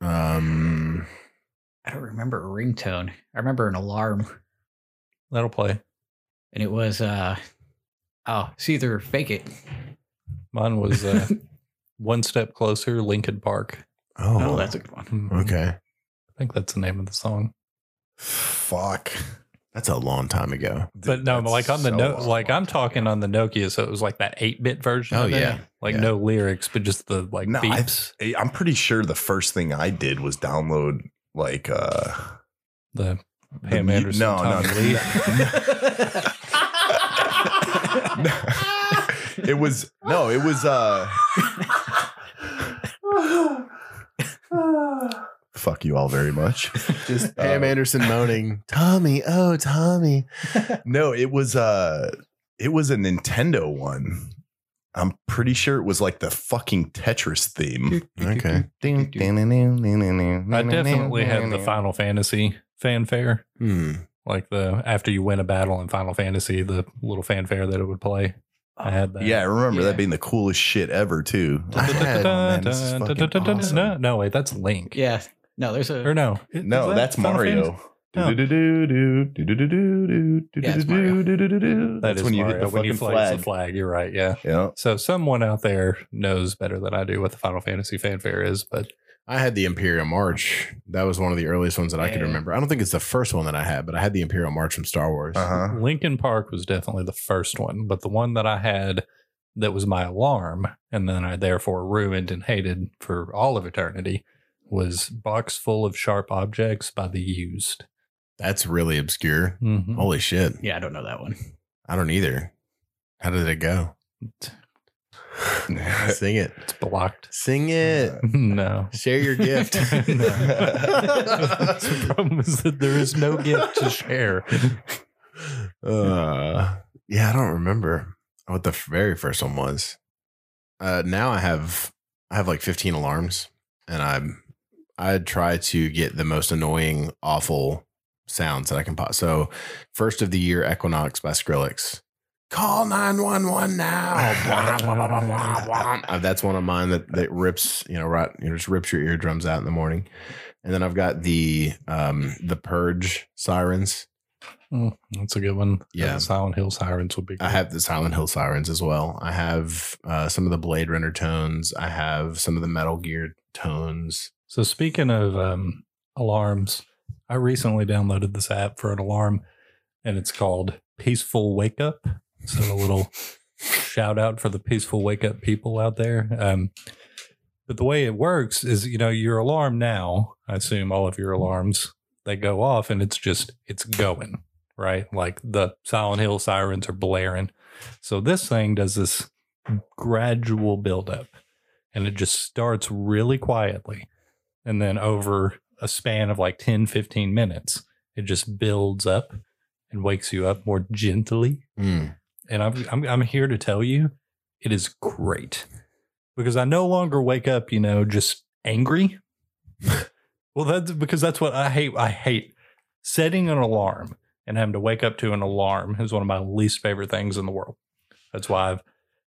[SPEAKER 2] Um.
[SPEAKER 3] I don't remember a ringtone. I remember an alarm,
[SPEAKER 4] That'll play.
[SPEAKER 3] and it was uh oh, it's either fake it.
[SPEAKER 4] Mine was uh,
[SPEAKER 1] (laughs)
[SPEAKER 4] One Step Closer, Lincoln Park. Hmm,
[SPEAKER 2] Oh,
[SPEAKER 3] Oh, that's a good one.
[SPEAKER 2] okay.
[SPEAKER 4] I think that's the name of the song.
[SPEAKER 1] Fuck.
[SPEAKER 2] That's a long time ago.
[SPEAKER 1] Dude,
[SPEAKER 4] But no,
[SPEAKER 1] that's
[SPEAKER 4] like on the
[SPEAKER 1] so
[SPEAKER 4] no,
[SPEAKER 1] awesome.
[SPEAKER 4] like I'm talking on the Nokia, so it was like that eight bit version.
[SPEAKER 2] Oh
[SPEAKER 4] of it.
[SPEAKER 2] yeah.
[SPEAKER 4] like
[SPEAKER 2] yeah.
[SPEAKER 4] no lyrics, but just the like
[SPEAKER 1] No, I-
[SPEAKER 4] beeps.
[SPEAKER 1] Hey, I'm pretty sure the first thing I did was download like uh
[SPEAKER 4] the
[SPEAKER 1] the
[SPEAKER 4] Pam
[SPEAKER 1] mu-
[SPEAKER 4] Anderson,
[SPEAKER 1] No,
[SPEAKER 4] Tom
[SPEAKER 1] no,
[SPEAKER 4] Lee.
[SPEAKER 1] no, no. (laughs) it was no, it was uh fuck you all very much.
[SPEAKER 2] Just
[SPEAKER 1] Uh,
[SPEAKER 2] Pam (laughs) Anderson moaning, Tommy. Oh, Tommy.
[SPEAKER 1] No, it was uh it was a Nintendo one. I'm pretty sure it was like the fucking Tetris theme.
[SPEAKER 2] (laughs) Okay.
[SPEAKER 4] I
[SPEAKER 1] I
[SPEAKER 4] definitely have the Final Fantasy fanfare.
[SPEAKER 2] Hmm.
[SPEAKER 4] Like the after you win a battle in Final Fantasy, the little fanfare that it would play. I had that.
[SPEAKER 1] Yeah, I remember
[SPEAKER 3] Yeah.
[SPEAKER 1] that being the coolest shit ever too. I had- oh, man, this is fucking awesome.
[SPEAKER 4] No, wait, that's
[SPEAKER 3] (laughs)
[SPEAKER 4] Link.
[SPEAKER 3] Yeah. No, there's a
[SPEAKER 4] Or no. Is
[SPEAKER 1] (laughs) No,
[SPEAKER 4] that
[SPEAKER 1] that's
[SPEAKER 4] Final Fantasy? Oh,
[SPEAKER 1] Mario.
[SPEAKER 4] No.
[SPEAKER 3] Yeah, it's Mario.
[SPEAKER 1] That
[SPEAKER 4] (laughs) That is
[SPEAKER 1] when you
[SPEAKER 4] Mario.
[SPEAKER 1] hit the
[SPEAKER 4] when you
[SPEAKER 1] fucking
[SPEAKER 4] flag, it's
[SPEAKER 1] flag.
[SPEAKER 4] the flag. You're right. Yeah.
[SPEAKER 1] Yeah.
[SPEAKER 4] So someone out there knows better than I do what the Final Fantasy fanfare is, but
[SPEAKER 2] I had the Imperial March. That was one of the earliest ones that I could
[SPEAKER 3] Yeah.
[SPEAKER 2] remember. I don't think it's the first one that I had, but I had the Imperial March from Star Wars.
[SPEAKER 4] Uh-huh.
[SPEAKER 1] Uh (laughs) huh.
[SPEAKER 4] Lincoln Park was definitely the first one. But the one that I had that was my alarm, and then I therefore ruined and hated for all of eternity, was Box Full of Sharp Objects by the Used.
[SPEAKER 2] That's really obscure.
[SPEAKER 4] Mm-hmm.
[SPEAKER 2] Holy shit.
[SPEAKER 3] yeah, I don't know that one.
[SPEAKER 2] I don't either. How did it
[SPEAKER 4] (laughs)
[SPEAKER 2] go? Sing it.
[SPEAKER 4] It's blocked. (laughs)
[SPEAKER 2] Sing it. (laughs)
[SPEAKER 4] No. (laughs)
[SPEAKER 2] Share your gift.
[SPEAKER 4] the problem is that there is no gift to share.
[SPEAKER 2] Uh, yeah, I don't remember what the very first one was. Uh, now I have I have like 15 alarms, and I'm I try to get the most annoying, awful sounds that I can pop. So, first of the year Equinox by Skrillex. Call 911 now. Blah, blah, blah, blah, blah, blah. Uh, That's one of mine that, that rips, you know, right, you know, just rips your eardrums out in the morning. And then I've got the um the purge sirens.
[SPEAKER 4] Mm, that's a good one.
[SPEAKER 2] Yeah.
[SPEAKER 4] The Silent Hill Sirens would be
[SPEAKER 2] I have the Silent Hill sirens as well. I have uh, some of the Blade Runner tones. I have some of the Metal Gear tones.
[SPEAKER 4] So speaking of um, alarms, I recently downloaded this app for an alarm, and it's called Peaceful Wake Up. So a little shout out for the peaceful wake up people out there. Um, but the way it works is, you know, your alarm now. I assume all of your alarms they go off, and it's just it's going right. Like the Silent Hill sirens are blaring. So this thing does this gradual buildup, and it just starts really quietly and then over a span of like 10 15 minutes it just builds up and wakes you up more gently
[SPEAKER 2] Hmm.
[SPEAKER 4] and i'm i'm, I'm here to tell you it is great because i no longer wake up you know just angry (laughs) well that's because that's what i hate i hate setting an alarm and having to wake up to an alarm is one of my least favorite things in the world that's why i've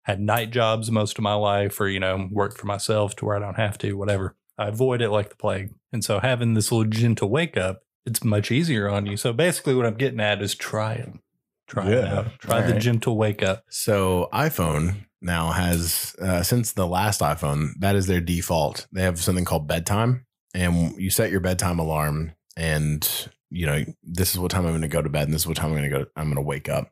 [SPEAKER 4] had night jobs most of my life or you know worked for myself to where i don't have to whatever I avoid it like the plague. And so having this little gentle wake up, it's much easier on you. So basically what I'm getting at is try it. Try it
[SPEAKER 1] Yeah.
[SPEAKER 4] out. Try
[SPEAKER 1] All
[SPEAKER 4] the
[SPEAKER 1] right.
[SPEAKER 4] gentle wake up.
[SPEAKER 2] So iPhone now has uh, since the last iPhone that is their default. They have something called bedtime, and you set your bedtime alarm, and you know this is what time I'm going to go to bed, and this is what time I'm going to go. I'm going to wake up,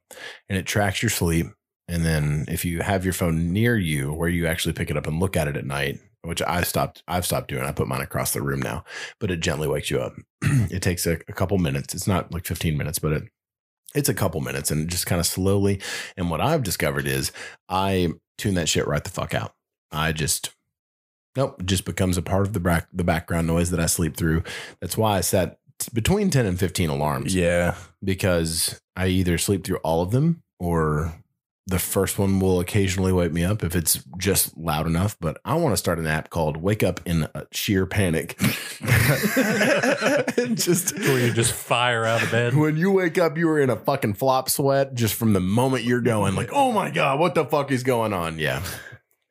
[SPEAKER 2] and it tracks your sleep. And then if you have your phone near you, where you actually pick it up and look at it at night, which I stopped, I've stopped doing. I put mine across the room now, but it gently wakes you up. (clears throat) it takes a, a couple minutes. It's not like 15 minutes, but it it's a couple minutes, and it just kind of slowly and what I've discovered is I tune that shit right the fuck out. I just nope, it just becomes a part of the back the background noise that I sleep through. That's why I set t- between 10 and 15 alarms
[SPEAKER 1] Yeah.
[SPEAKER 2] because I either sleep through all of them or the first one will occasionally wake me up if it's just loud enough, but I want to start an app called Wake Up in uh, Sheer Panic. (laughs) just
[SPEAKER 4] (laughs) Where you just fire out of bed.
[SPEAKER 2] when you wake up, you are in a fucking flop sweat just from the moment you're going, like, oh my God, what the fuck is going on? Yeah.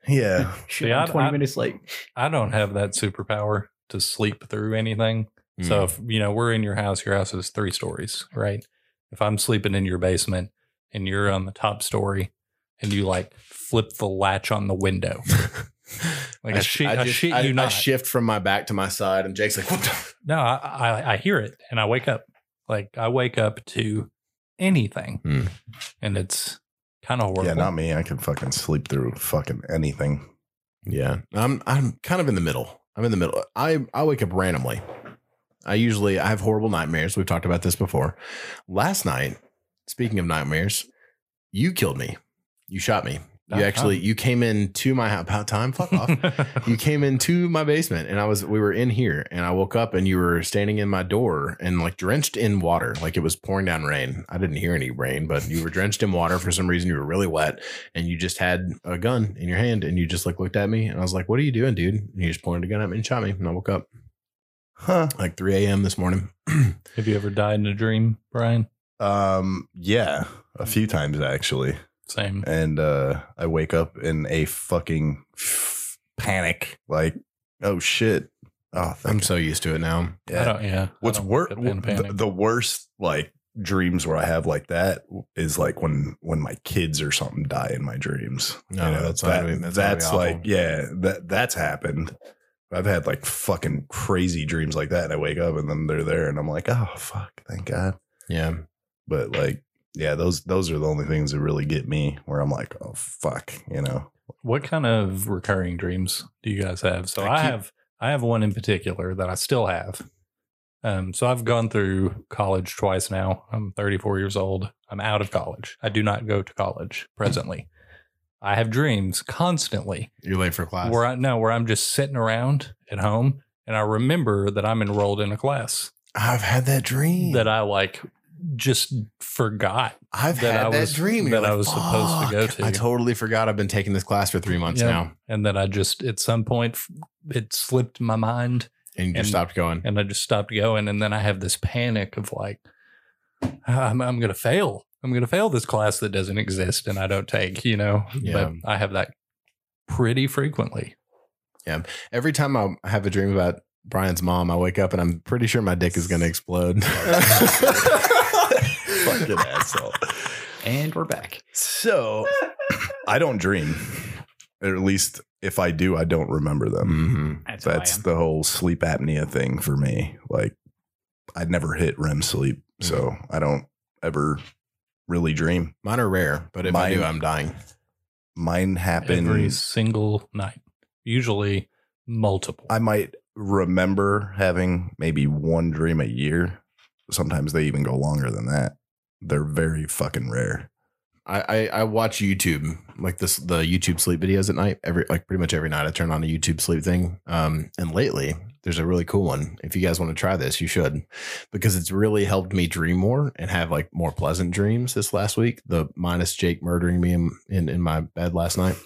[SPEAKER 1] Yeah.
[SPEAKER 3] Shit,
[SPEAKER 4] Yeah,
[SPEAKER 3] I'm
[SPEAKER 4] I-
[SPEAKER 3] 20
[SPEAKER 4] I-
[SPEAKER 3] minutes late.
[SPEAKER 4] I don't have that superpower to sleep through anything.
[SPEAKER 2] Hmm. (laughs)
[SPEAKER 4] So if you know we're in your house, your house is three stories, right? If I'm sleeping in your basement and you're on the top story and you like flip the latch on the window. Like I,
[SPEAKER 2] sh-
[SPEAKER 4] shit, I,
[SPEAKER 2] just-
[SPEAKER 4] shit
[SPEAKER 2] I-
[SPEAKER 4] you
[SPEAKER 2] I
[SPEAKER 4] not.
[SPEAKER 2] shift from my back to my side, and Jake's like, what the?
[SPEAKER 4] No, I, I I hear it and I wake up. Like I wake up to anything,
[SPEAKER 2] Hmm.
[SPEAKER 4] and it's kind of horrible.
[SPEAKER 1] Yeah,
[SPEAKER 4] (laughs)
[SPEAKER 1] not me. I can fucking sleep through fucking anything.
[SPEAKER 2] Yeah. I'm, I'm kind of in the middle. I'm in the middle. I, I wake up randomly. I usually I have horrible nightmares. We've talked about this before. Last night, speaking of nightmares, you killed me. You shot me. You
[SPEAKER 4] About
[SPEAKER 2] actually you came in to my house about time. Fuck off. you came into my basement and I was we were in here and I woke up and you were standing in my door and like drenched in water like it was pouring down rain. I didn't hear any rain, but you were drenched in water for some reason you were really wet and you just had a gun in your hand and you just like looked at me and I was like, "What are you doing, dude?" And you just pointed a gun at me and shot me and I woke up
[SPEAKER 1] Huh.
[SPEAKER 2] like 3 a.m. this morning. (clears throat)
[SPEAKER 4] Have you ever died in a dream, Brian?
[SPEAKER 1] Um, yeah. A few times actually.
[SPEAKER 4] Same.
[SPEAKER 1] and uh, I wake up in a fucking panic. Like, oh shit! Oh,
[SPEAKER 2] I'm
[SPEAKER 1] thank
[SPEAKER 2] so used to it now.
[SPEAKER 1] God.
[SPEAKER 4] I don't, yeah.
[SPEAKER 1] What's
[SPEAKER 4] worse?
[SPEAKER 1] worse, the, the worst like dreams where I have like that is like when when my kids or something die in my dreams.
[SPEAKER 2] No, that's
[SPEAKER 1] that,
[SPEAKER 2] gotta be-
[SPEAKER 1] that's,
[SPEAKER 2] that's gotta be awful.
[SPEAKER 1] like yeah, that that's happened. I've had like fucking crazy dreams like that, and I wake up and then they're there, and I'm like, oh fuck, thank God.
[SPEAKER 2] Yeah.
[SPEAKER 1] But like, yeah, those those are the only things that really get me where I'm like, oh fuck, you know.
[SPEAKER 4] What kind of recurring dreams do you guys have? So
[SPEAKER 1] I
[SPEAKER 4] I,
[SPEAKER 1] keep-
[SPEAKER 4] have I have one in particular that I still have. Um, so I've gone through college twice now. I'm 34 years old. I'm out of college. I do not go to college presently. I have dreams constantly
[SPEAKER 2] You're late for class.
[SPEAKER 4] where I no where I'm just sitting around at home and I remember that I'm enrolled in a class
[SPEAKER 2] I've had that
[SPEAKER 1] Hmm.
[SPEAKER 2] dream.
[SPEAKER 4] that I like just forgot.
[SPEAKER 2] I've
[SPEAKER 4] that
[SPEAKER 2] had
[SPEAKER 4] I
[SPEAKER 2] that
[SPEAKER 4] was-
[SPEAKER 2] dream You're
[SPEAKER 4] that I was supposed to go
[SPEAKER 2] "Fuck,
[SPEAKER 4] to."
[SPEAKER 2] I totally forgot I've been taking this class for three months
[SPEAKER 4] Yeah.
[SPEAKER 2] now,
[SPEAKER 4] And then I just at some point f- it slipped my mind
[SPEAKER 2] and you
[SPEAKER 4] And-
[SPEAKER 2] just stopped going.
[SPEAKER 4] and I just stopped going. And then I have this panic of like, I'm, I'm going to fail. I'm going to fail this class that doesn't exist and I don't take, you know?
[SPEAKER 2] Yeah.
[SPEAKER 4] But I have that pretty frequently.
[SPEAKER 2] Every time I have a dream about Brian's mom, I wake up and I'm pretty sure my dick is going to explode. (laughs)
[SPEAKER 1] fucking asshole.
[SPEAKER 3] And we're back.
[SPEAKER 1] So I don't dream. Or at least if I do, I don't remember them.
[SPEAKER 2] Mhm.
[SPEAKER 3] That's,
[SPEAKER 1] That's the whole sleep apnea thing for me. Like I never hit REM sleep,
[SPEAKER 2] Mm.
[SPEAKER 1] so I don't ever really dream.
[SPEAKER 2] Mine are rare, but if I
[SPEAKER 1] Mine-
[SPEAKER 2] do, I'm dying.
[SPEAKER 1] Mine
[SPEAKER 4] Every
[SPEAKER 1] happens.
[SPEAKER 4] single night, usually multiple.
[SPEAKER 1] I might remember having maybe one dream a year. Sometimes they even go longer than that. They're very fucking rare.
[SPEAKER 2] I, I, I watch YouTube like this the YouTube sleep videos at night every like pretty much every night I turn on a YouTube sleep thing um and lately there's a really cool one if you guys want to try this you should because it's really helped me dream more and have like more pleasant dreams this last week the minus Jake murdering me in in, in my bed last night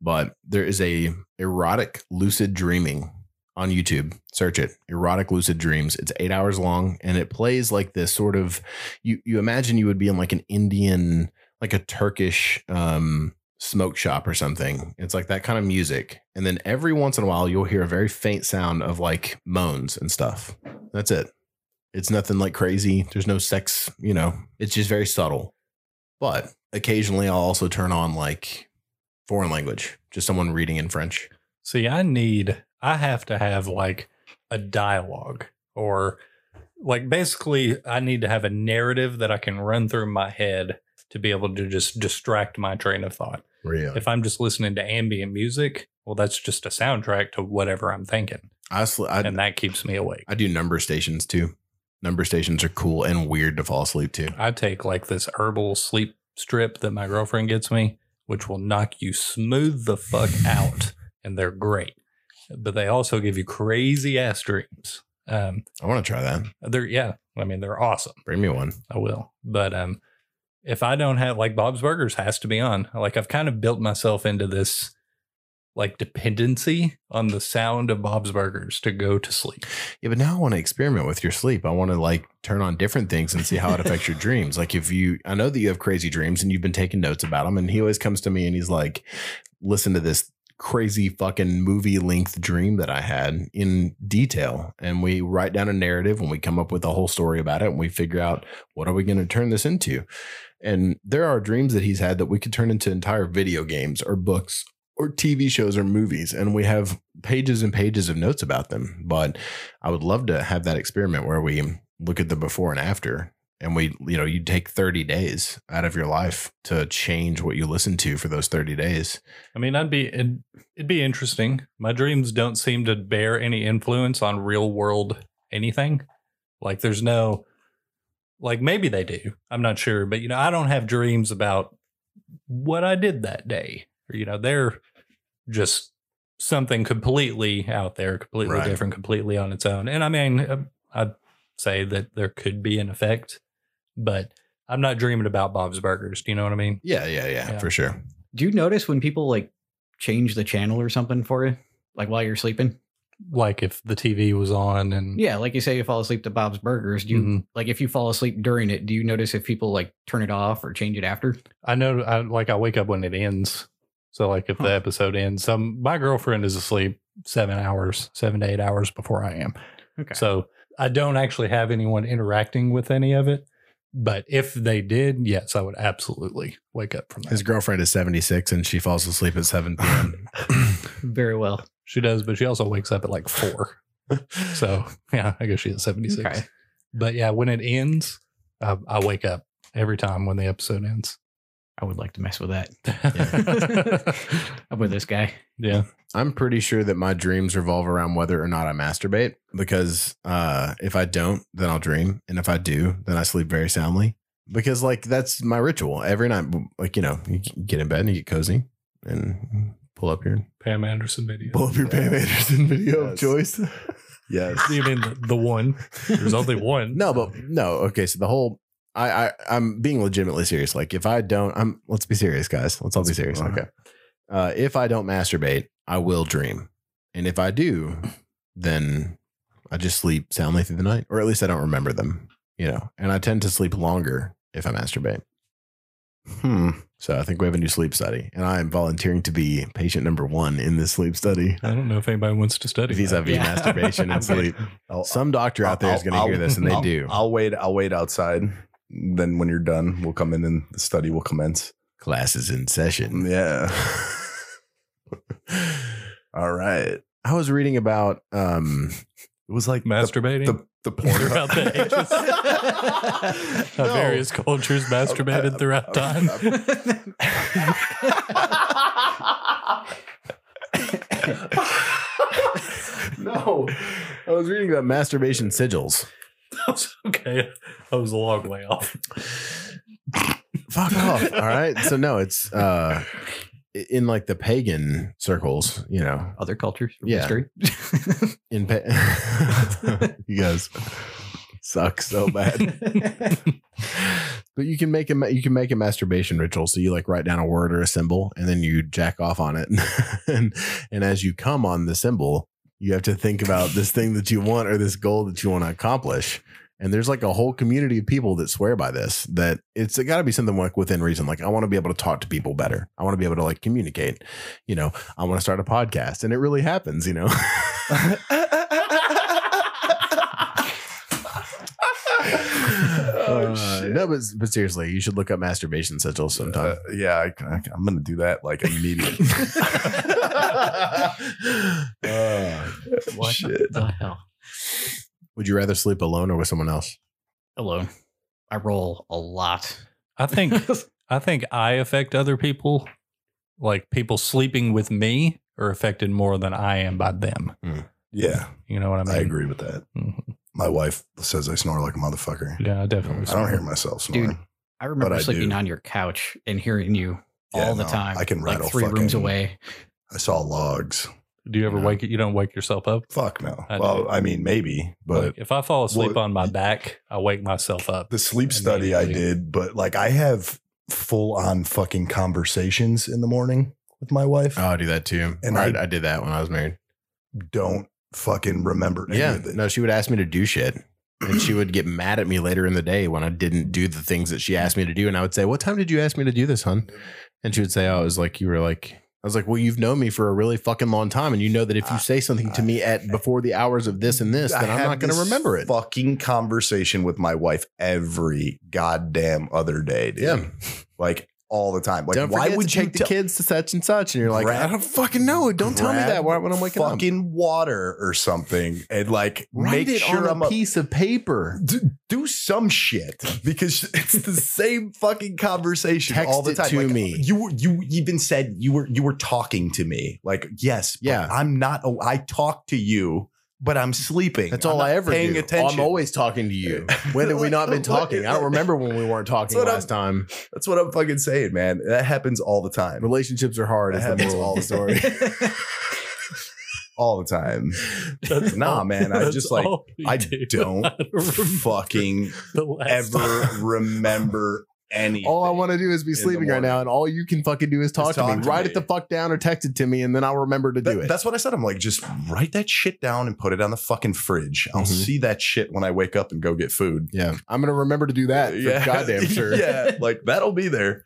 [SPEAKER 2] but there is a erotic lucid dreaming on YouTube search it erotic lucid dreams it's 8 hours long and it plays like this sort of you you imagine you would be in like an Indian like a Turkish um, smoke shop or something. It's like that kind of music. And then every once in a while, you'll hear a very faint sound of like moans and stuff. That's it. It's nothing like crazy. There's no sex, you know, it's just very subtle. But occasionally, I'll also turn on like foreign language, just someone reading in French.
[SPEAKER 4] See, I need, I have to have like a dialogue or like basically, I need to have a narrative that I can run through my head to be able to just distract my train of thought.
[SPEAKER 2] Really?
[SPEAKER 4] If I'm just listening to ambient music, well, that's just a soundtrack to whatever I'm thinking,
[SPEAKER 2] I, sl- I,
[SPEAKER 4] and that keeps me awake.
[SPEAKER 2] I do number stations too. Number stations are cool and weird to fall asleep to.
[SPEAKER 4] I take like this herbal sleep strip that my girlfriend gets me, which will knock you smooth the fuck out, and they're great. But they also give you crazy ass dreams. Um,
[SPEAKER 2] I want to try that.
[SPEAKER 4] they're yeah, I mean they're awesome.
[SPEAKER 2] Bring me one.
[SPEAKER 4] I will. But um, if I don't have like Bob's Burgers has to be on. Like I've kind of built myself into this like dependency on the sound of Bob's Burgers to go to sleep.
[SPEAKER 2] Yeah, but now I want to experiment with your sleep. I want to like turn on different things and see how it affects your dreams. Like if you, I know that you have crazy dreams and you've been taking notes about them. And he always comes to me and he's like, "Listen to this crazy fucking movie length dream that I had in detail." And we write down a narrative and we come up with a whole story about it and we figure out what are we going to turn this into. And there are dreams that he's had that we could turn into entire video games or books or TV shows or movies, and we have pages and pages of notes about them. But I would love to have that experiment where we look at the before and after, and we, you know, you take 30 days out of your life to change what you listen to for those 30 days.
[SPEAKER 4] I mean, I'd be it'd, it'd be interesting. My dreams don't seem to bear any influence on real world anything. Like there's no like maybe they do. I'm not sure, but you know, I don't have dreams about what I did that day. Or, you know, they're just something completely out there, completely
[SPEAKER 2] Right.
[SPEAKER 4] different, completely on its own. And I mean, uh, I'd say that there could be an effect, but I'm not dreaming about Bob's Burgers. Do you know what I mean?
[SPEAKER 2] Yeah, yeah, yeah,
[SPEAKER 4] Yeah.
[SPEAKER 2] for sure.
[SPEAKER 3] Do you notice when people like change the channel or something for you, like while you're sleeping?
[SPEAKER 4] like if the TV was on and
[SPEAKER 3] Yeah, like you say, you fall asleep to Bob's Burgers. Do you
[SPEAKER 4] Mhm.
[SPEAKER 3] like if you fall asleep during it? Do you notice if people like turn it off or change it after?
[SPEAKER 4] I know I like I wake up when it ends. So like if the
[SPEAKER 3] Huh.
[SPEAKER 4] episode ends, some my girlfriend is asleep seven hours, seven to eight hours before I am.
[SPEAKER 3] Okay.
[SPEAKER 4] So I don't actually have anyone interacting with any of it. But if they did, yes, I would absolutely wake up from that.
[SPEAKER 2] His girlfriend is 76 and she falls asleep at 7 p.m.
[SPEAKER 3] Very well.
[SPEAKER 4] She does, but she also wakes up at like
[SPEAKER 2] (laughs)
[SPEAKER 4] four. so yeah, I guess she is 76.
[SPEAKER 3] Okay.
[SPEAKER 4] But yeah, when it ends, I, I wake up every time when the episode ends.
[SPEAKER 3] I would like to mess with that.
[SPEAKER 4] Yeah.
[SPEAKER 3] I'm (laughs) with this guy.
[SPEAKER 4] (laughs) yeah.
[SPEAKER 2] I'm pretty sure that my dreams revolve around whether or not I masturbate because uh, if I don't, then I'll dream. And if I do, then I sleep very soundly because, like, that's my ritual every night. Like, you know, you get in bed and you get cozy and pull up your
[SPEAKER 4] Pam Anderson video.
[SPEAKER 2] pull up your Pam Anderson video of
[SPEAKER 1] Yes.
[SPEAKER 2] choice.
[SPEAKER 1] Yes.
[SPEAKER 4] you mean the, the one? There's only one.
[SPEAKER 2] No, but no. Okay, so the whole I, I I'm being legitimately serious. Like if I don't, I'm let's be serious, guys. Let's all be serious.
[SPEAKER 1] Uh-huh.
[SPEAKER 2] Okay. Uh, if I don't masturbate, I will dream, and if I do, then I just sleep soundly through the night, or at least I don't remember them. You know, and I tend to sleep longer if I masturbate.
[SPEAKER 1] Hmm.
[SPEAKER 2] So I think we have a new sleep study, and I am volunteering to be patient number one in this sleep study
[SPEAKER 4] I don't know if anybody wants to study that.
[SPEAKER 2] vis-a-vis
[SPEAKER 3] Yeah.
[SPEAKER 2] masturbation and
[SPEAKER 4] Okay.
[SPEAKER 2] sleep. Some doctor out there is going to hear this, and they
[SPEAKER 1] I'll-
[SPEAKER 2] do.
[SPEAKER 1] I'll wait. I'll wait outside. Then when you're done, we'll come in and the study will commence.
[SPEAKER 2] Classes in session.
[SPEAKER 1] Yeah. All right.
[SPEAKER 2] I was reading about
[SPEAKER 1] (laughs)
[SPEAKER 2] um
[SPEAKER 1] It was like the-
[SPEAKER 4] masturbating.
[SPEAKER 1] The, the, porn
[SPEAKER 4] Throughout the ages. How
[SPEAKER 1] (laughs)
[SPEAKER 4] various cultures masturbated throughout time. (laughs)
[SPEAKER 2] No. I was reading about masturbation sigils.
[SPEAKER 4] okay, I was a long
[SPEAKER 1] (laughs)
[SPEAKER 4] way off.
[SPEAKER 2] Fuck off. All right. So no, it's uh i- in like the pagan circles, you know.
[SPEAKER 3] Other cultures from
[SPEAKER 2] Yeah.
[SPEAKER 4] (laughs)
[SPEAKER 3] history. (laughs)
[SPEAKER 2] In pa- (laughs) you guys suck so bad. But you can make a ma- you can make a masturbation ritual. So you like write down a word or a symbol, and then you jack off on it. (laughs) and and as you come on the symbol, you have to think about this thing that you want or this goal that you want to accomplish. And there's like a whole community of people that swear by this. That it's got to be something like within reason. Like I want to be able to talk to people better. I want to be able to like communicate. You know, I want to start a podcast, and it really happens. You know, (laughs)
[SPEAKER 1] (laughs) oh
[SPEAKER 2] Uh,
[SPEAKER 1] shit.
[SPEAKER 2] no, but but seriously, you should look up masturbation sigils
[SPEAKER 1] (laughs)
[SPEAKER 2] sometime.
[SPEAKER 1] Uh, yeah, I, I, I'm gonna do that like immediately.
[SPEAKER 2] (laughs)
[SPEAKER 1] (laughs)
[SPEAKER 2] Uh,
[SPEAKER 3] What
[SPEAKER 1] Shit.
[SPEAKER 3] the hell?
[SPEAKER 2] would you rather sleep alone or with someone else?
[SPEAKER 3] Alone. I roll a lot.
[SPEAKER 4] I think
[SPEAKER 3] (laughs)
[SPEAKER 4] I think I affect other people. Like people sleeping with me are affected more than I am by them.
[SPEAKER 1] Yeah,
[SPEAKER 4] You know what I mean?
[SPEAKER 1] I agree with that.
[SPEAKER 4] Mhm.
[SPEAKER 1] My wife says I snore like a motherfucker.
[SPEAKER 4] Yeah, I definitely.
[SPEAKER 1] I don't hear myself snoring.
[SPEAKER 3] Dude, I remember
[SPEAKER 1] I
[SPEAKER 3] sleeping
[SPEAKER 1] do.
[SPEAKER 3] on your couch and hearing you
[SPEAKER 1] Yeah,
[SPEAKER 3] all the
[SPEAKER 1] no,
[SPEAKER 3] time.
[SPEAKER 1] I can
[SPEAKER 3] like
[SPEAKER 1] rattle
[SPEAKER 3] three rooms
[SPEAKER 1] fucking-
[SPEAKER 3] away.
[SPEAKER 1] I saw logs.
[SPEAKER 4] Do you ever
[SPEAKER 2] No.
[SPEAKER 4] wake? You don't wake yourself up.
[SPEAKER 1] Fuck no.
[SPEAKER 4] I
[SPEAKER 1] well,
[SPEAKER 4] do.
[SPEAKER 1] I mean, maybe, but
[SPEAKER 4] Like, if I fall asleep
[SPEAKER 1] Well,
[SPEAKER 4] on my back, I wake myself up.
[SPEAKER 1] the sleep study I
[SPEAKER 4] Immediately.
[SPEAKER 1] did, but like I have full on fucking conversations in the morning with my wife.
[SPEAKER 2] Oh, I do that too.
[SPEAKER 1] And
[SPEAKER 2] And I,
[SPEAKER 1] I-
[SPEAKER 2] I did that when I was married.
[SPEAKER 1] Don't fucking remember any
[SPEAKER 2] Yeah.
[SPEAKER 1] of it.
[SPEAKER 2] No, she would ask me to do shit. And she would get mad at me later in the day when I didn't do the things that she asked me to do. And I would say, What time did you ask me to do this, hun? And she would say, Oh, it was like you were like I was like, Well, you've known me for a really fucking long time. And you know that if you
[SPEAKER 1] Ah, I-
[SPEAKER 2] say something to me at before the hours of this and this,
[SPEAKER 1] I
[SPEAKER 2] then I'm
[SPEAKER 1] have
[SPEAKER 2] not gonna
[SPEAKER 1] this
[SPEAKER 2] remember it.
[SPEAKER 1] Fucking conversation with my wife every goddamn other day, dude.
[SPEAKER 2] Yeah.
[SPEAKER 1] Like all the time. Like
[SPEAKER 2] Don't
[SPEAKER 1] why
[SPEAKER 2] forget
[SPEAKER 1] would
[SPEAKER 2] to
[SPEAKER 1] you
[SPEAKER 2] take the
[SPEAKER 1] tell-
[SPEAKER 2] kids to such and such? And you're like,
[SPEAKER 1] Grab-
[SPEAKER 2] I don't fucking know. Don't tell me
[SPEAKER 1] grab
[SPEAKER 2] that why- when I'm waking up.
[SPEAKER 1] fucking water or something and like
[SPEAKER 2] Write
[SPEAKER 1] make
[SPEAKER 2] it
[SPEAKER 1] sure
[SPEAKER 2] on
[SPEAKER 1] I'm
[SPEAKER 2] a
[SPEAKER 1] up-
[SPEAKER 2] piece of paper.
[SPEAKER 1] D- do some shit because it's
[SPEAKER 2] (laughs)
[SPEAKER 1] the same fucking conversation
[SPEAKER 2] Text
[SPEAKER 1] all the
[SPEAKER 2] it
[SPEAKER 1] time.
[SPEAKER 2] to
[SPEAKER 1] Like,
[SPEAKER 2] me.
[SPEAKER 1] You were- you even said you were you were talking to me. Like yes, but
[SPEAKER 2] Yeah.
[SPEAKER 1] I'm not. Oh, I talk to you, but I'm sleeping.
[SPEAKER 2] That's
[SPEAKER 1] I'm
[SPEAKER 2] all
[SPEAKER 1] not
[SPEAKER 2] I ever
[SPEAKER 1] paying
[SPEAKER 2] do.
[SPEAKER 1] attention.
[SPEAKER 2] I'm always talking to (laughs) you. When have we not been talking? I (laughs) don't remember when we weren't talking
[SPEAKER 1] That's what
[SPEAKER 2] last time.
[SPEAKER 1] That's what I'm fucking saying, man. That happens all the time.
[SPEAKER 2] Relationships are hard.
[SPEAKER 1] That
[SPEAKER 2] Is the
[SPEAKER 1] happens
[SPEAKER 2] moral
[SPEAKER 1] all
[SPEAKER 2] of
[SPEAKER 1] the
[SPEAKER 2] the (laughs) story.
[SPEAKER 1] All the time.
[SPEAKER 4] That's
[SPEAKER 1] Nah,
[SPEAKER 4] all-
[SPEAKER 1] man, I
[SPEAKER 4] that's
[SPEAKER 1] just, like,
[SPEAKER 4] all we
[SPEAKER 1] I
[SPEAKER 4] do. (laughs)
[SPEAKER 1] don't
[SPEAKER 4] I remember
[SPEAKER 1] Fucking
[SPEAKER 4] the
[SPEAKER 2] (laughs)
[SPEAKER 4] last
[SPEAKER 1] ever
[SPEAKER 4] time.
[SPEAKER 1] remember anything.
[SPEAKER 2] All I want to do is be
[SPEAKER 1] the
[SPEAKER 2] sleeping right
[SPEAKER 1] morning.
[SPEAKER 2] now, and all you can fucking do is talk to
[SPEAKER 1] talk
[SPEAKER 2] me.
[SPEAKER 1] to
[SPEAKER 2] Write
[SPEAKER 1] me.
[SPEAKER 2] it the fuck down or text it to me, and then I'll remember to do
[SPEAKER 1] That-
[SPEAKER 2] it.
[SPEAKER 1] That's what I said. I'm like, just write that shit down and put it on the fucking fridge. I'll
[SPEAKER 2] Mhm.
[SPEAKER 1] see that shit when I wake up and go get food.
[SPEAKER 2] yeah, I'm gonna remember to do that. For (laughs)
[SPEAKER 1] (laughs)
[SPEAKER 2] goddamn sure.
[SPEAKER 1] yeah, like that'll be there.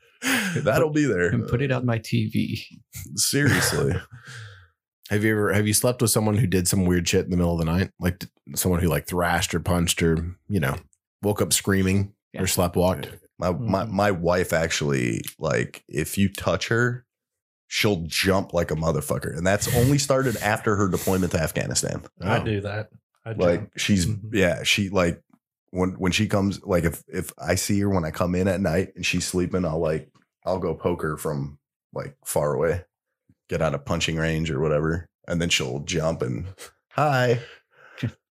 [SPEAKER 1] That'll be there.
[SPEAKER 3] (laughs) and put it on my TV.
[SPEAKER 2] (laughs)
[SPEAKER 1] Seriously.
[SPEAKER 2] Have you ever have you slept with someone who did some weird shit in the middle of the night, like t- someone who like thrashed or punched or you know woke up screaming
[SPEAKER 3] Yeah.
[SPEAKER 2] or sleptwalked?
[SPEAKER 1] My my
[SPEAKER 2] Mm.
[SPEAKER 3] Mhm.
[SPEAKER 1] my wife actually like if you touch her, she'll jump like a motherfucker, and that's only started after her deployment to Afghanistan.
[SPEAKER 4] I
[SPEAKER 2] Oh.
[SPEAKER 4] do that. I
[SPEAKER 1] Like
[SPEAKER 4] jump.
[SPEAKER 1] she's
[SPEAKER 2] Mm-hmm.
[SPEAKER 4] Mhm.
[SPEAKER 1] yeah, she like when when she comes like if if I see her when I come in at night and she's sleeping, I'll like I'll go poke her from like far away, get out of punching range or whatever, and then she'll jump and hi,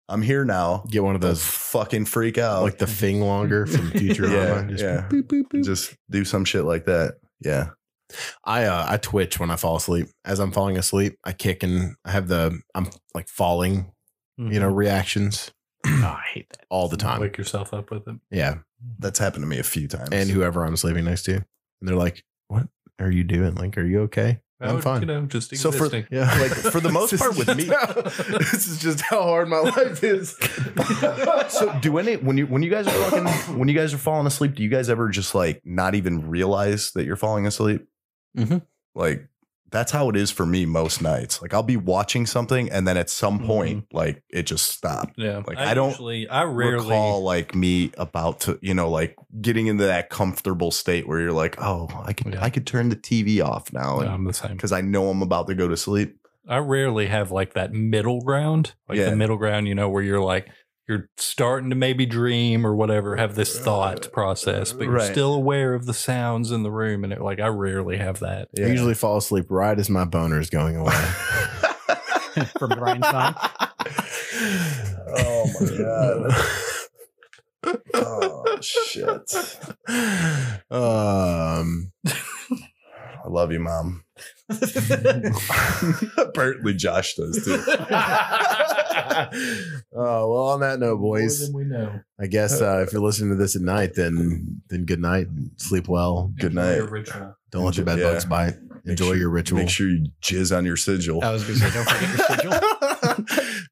[SPEAKER 1] I'm here
[SPEAKER 2] (laughs)
[SPEAKER 1] now.
[SPEAKER 2] Get one of
[SPEAKER 1] Don't
[SPEAKER 2] those
[SPEAKER 1] fucking freak out.
[SPEAKER 2] like the thing
[SPEAKER 1] (laughs)
[SPEAKER 2] longer from Futurama.
[SPEAKER 1] yeah,
[SPEAKER 2] Just
[SPEAKER 1] yeah.
[SPEAKER 2] boop, boop, boop.
[SPEAKER 1] Just do some shit like that. Yeah.
[SPEAKER 2] I uh, I twitch when I fall asleep. As I'm falling asleep, I kick and I have the I'm like falling, you
[SPEAKER 1] Mm-hmm.
[SPEAKER 2] know, reactions
[SPEAKER 3] Oh, I hate that.
[SPEAKER 2] all the time.
[SPEAKER 4] Mm-hmm. Wake yourself up with it.
[SPEAKER 2] Yeah,
[SPEAKER 1] That's happened to me a few times.
[SPEAKER 2] Mm. and whoever I'm sleeping next to, and they're like, "What are you doing? Like, are you okay?"
[SPEAKER 4] I
[SPEAKER 2] I'm
[SPEAKER 4] would,
[SPEAKER 2] fine.
[SPEAKER 4] Oh, You know, just
[SPEAKER 1] So for-
[SPEAKER 4] existing.
[SPEAKER 2] Yeah,
[SPEAKER 1] (laughs) like for
[SPEAKER 2] (laughs)
[SPEAKER 1] the most
[SPEAKER 2] This
[SPEAKER 1] part
[SPEAKER 2] is
[SPEAKER 1] with
[SPEAKER 2] just
[SPEAKER 1] me.
[SPEAKER 2] how- this is just how hard my life is.
[SPEAKER 1] so do any when you when you guys are fucking (coughs) when you guys are falling asleep, do you guys ever just like not even realize that you're falling asleep?
[SPEAKER 4] Mm-hmm.
[SPEAKER 3] Mhm.
[SPEAKER 1] Like that's how it is for me most nights. Like I'll be watching something and then at some point, like it just stopped.
[SPEAKER 4] (laughs) yeah.
[SPEAKER 1] Like, I don't
[SPEAKER 4] usually, I Mm-hmm. rarely
[SPEAKER 1] Recall like me about to you know like getting into that comfortable state where you're like, oh, I could
[SPEAKER 4] Yeah.
[SPEAKER 1] I could turn the TV off now
[SPEAKER 4] No, I'm the same.
[SPEAKER 1] because I know I'm about to go to sleep.
[SPEAKER 4] I rarely have like that middle ground, like
[SPEAKER 1] Yeah.
[SPEAKER 4] the middle ground, you know, where you're like you're starting to maybe dream or whatever, have this thought process, but you're
[SPEAKER 1] Right.
[SPEAKER 4] still aware of the sounds in the room, and it, like I rarely have that.
[SPEAKER 2] I usually fall asleep right as my boner is
[SPEAKER 1] (laughs)
[SPEAKER 2] going away.
[SPEAKER 3] From Brian Stein.
[SPEAKER 1] oh my (laughs) god. oh shit. (laughs)
[SPEAKER 2] um,
[SPEAKER 1] I love you, mom. Apparently Josh does too.
[SPEAKER 2] oh uh, well. On that note, boys,
[SPEAKER 4] we know.
[SPEAKER 2] I guess uh, if you're listening to this at night, then then good night. Sleep well.
[SPEAKER 1] Good night.
[SPEAKER 2] Don't let your bed
[SPEAKER 1] Enjoy-
[SPEAKER 2] bugs
[SPEAKER 1] yeah.
[SPEAKER 2] bite. Enjoy
[SPEAKER 1] sure-
[SPEAKER 2] your ritual. (laughs)
[SPEAKER 1] Make sure you jizz on your sigil.
[SPEAKER 3] (laughs) I was going to say, don't forget your sigil.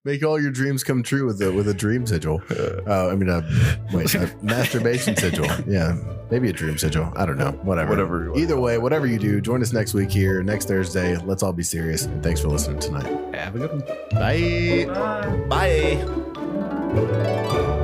[SPEAKER 2] Make all your dreams come true with a with a
[SPEAKER 1] Mm.
[SPEAKER 2] dream sigil. (laughs) Uh, I mean, uh, wait, a masturbation sigil. Yeah, maybe a dream sigil. I don't know. Whatever.
[SPEAKER 1] Whatever you wanna
[SPEAKER 2] Either
[SPEAKER 1] call
[SPEAKER 2] way,
[SPEAKER 1] it.
[SPEAKER 2] whatever you do, join us next week here, next Thursday. Let's all be serious. And thanks for listening tonight.
[SPEAKER 3] Have a good one.
[SPEAKER 2] Bye.
[SPEAKER 1] Bye.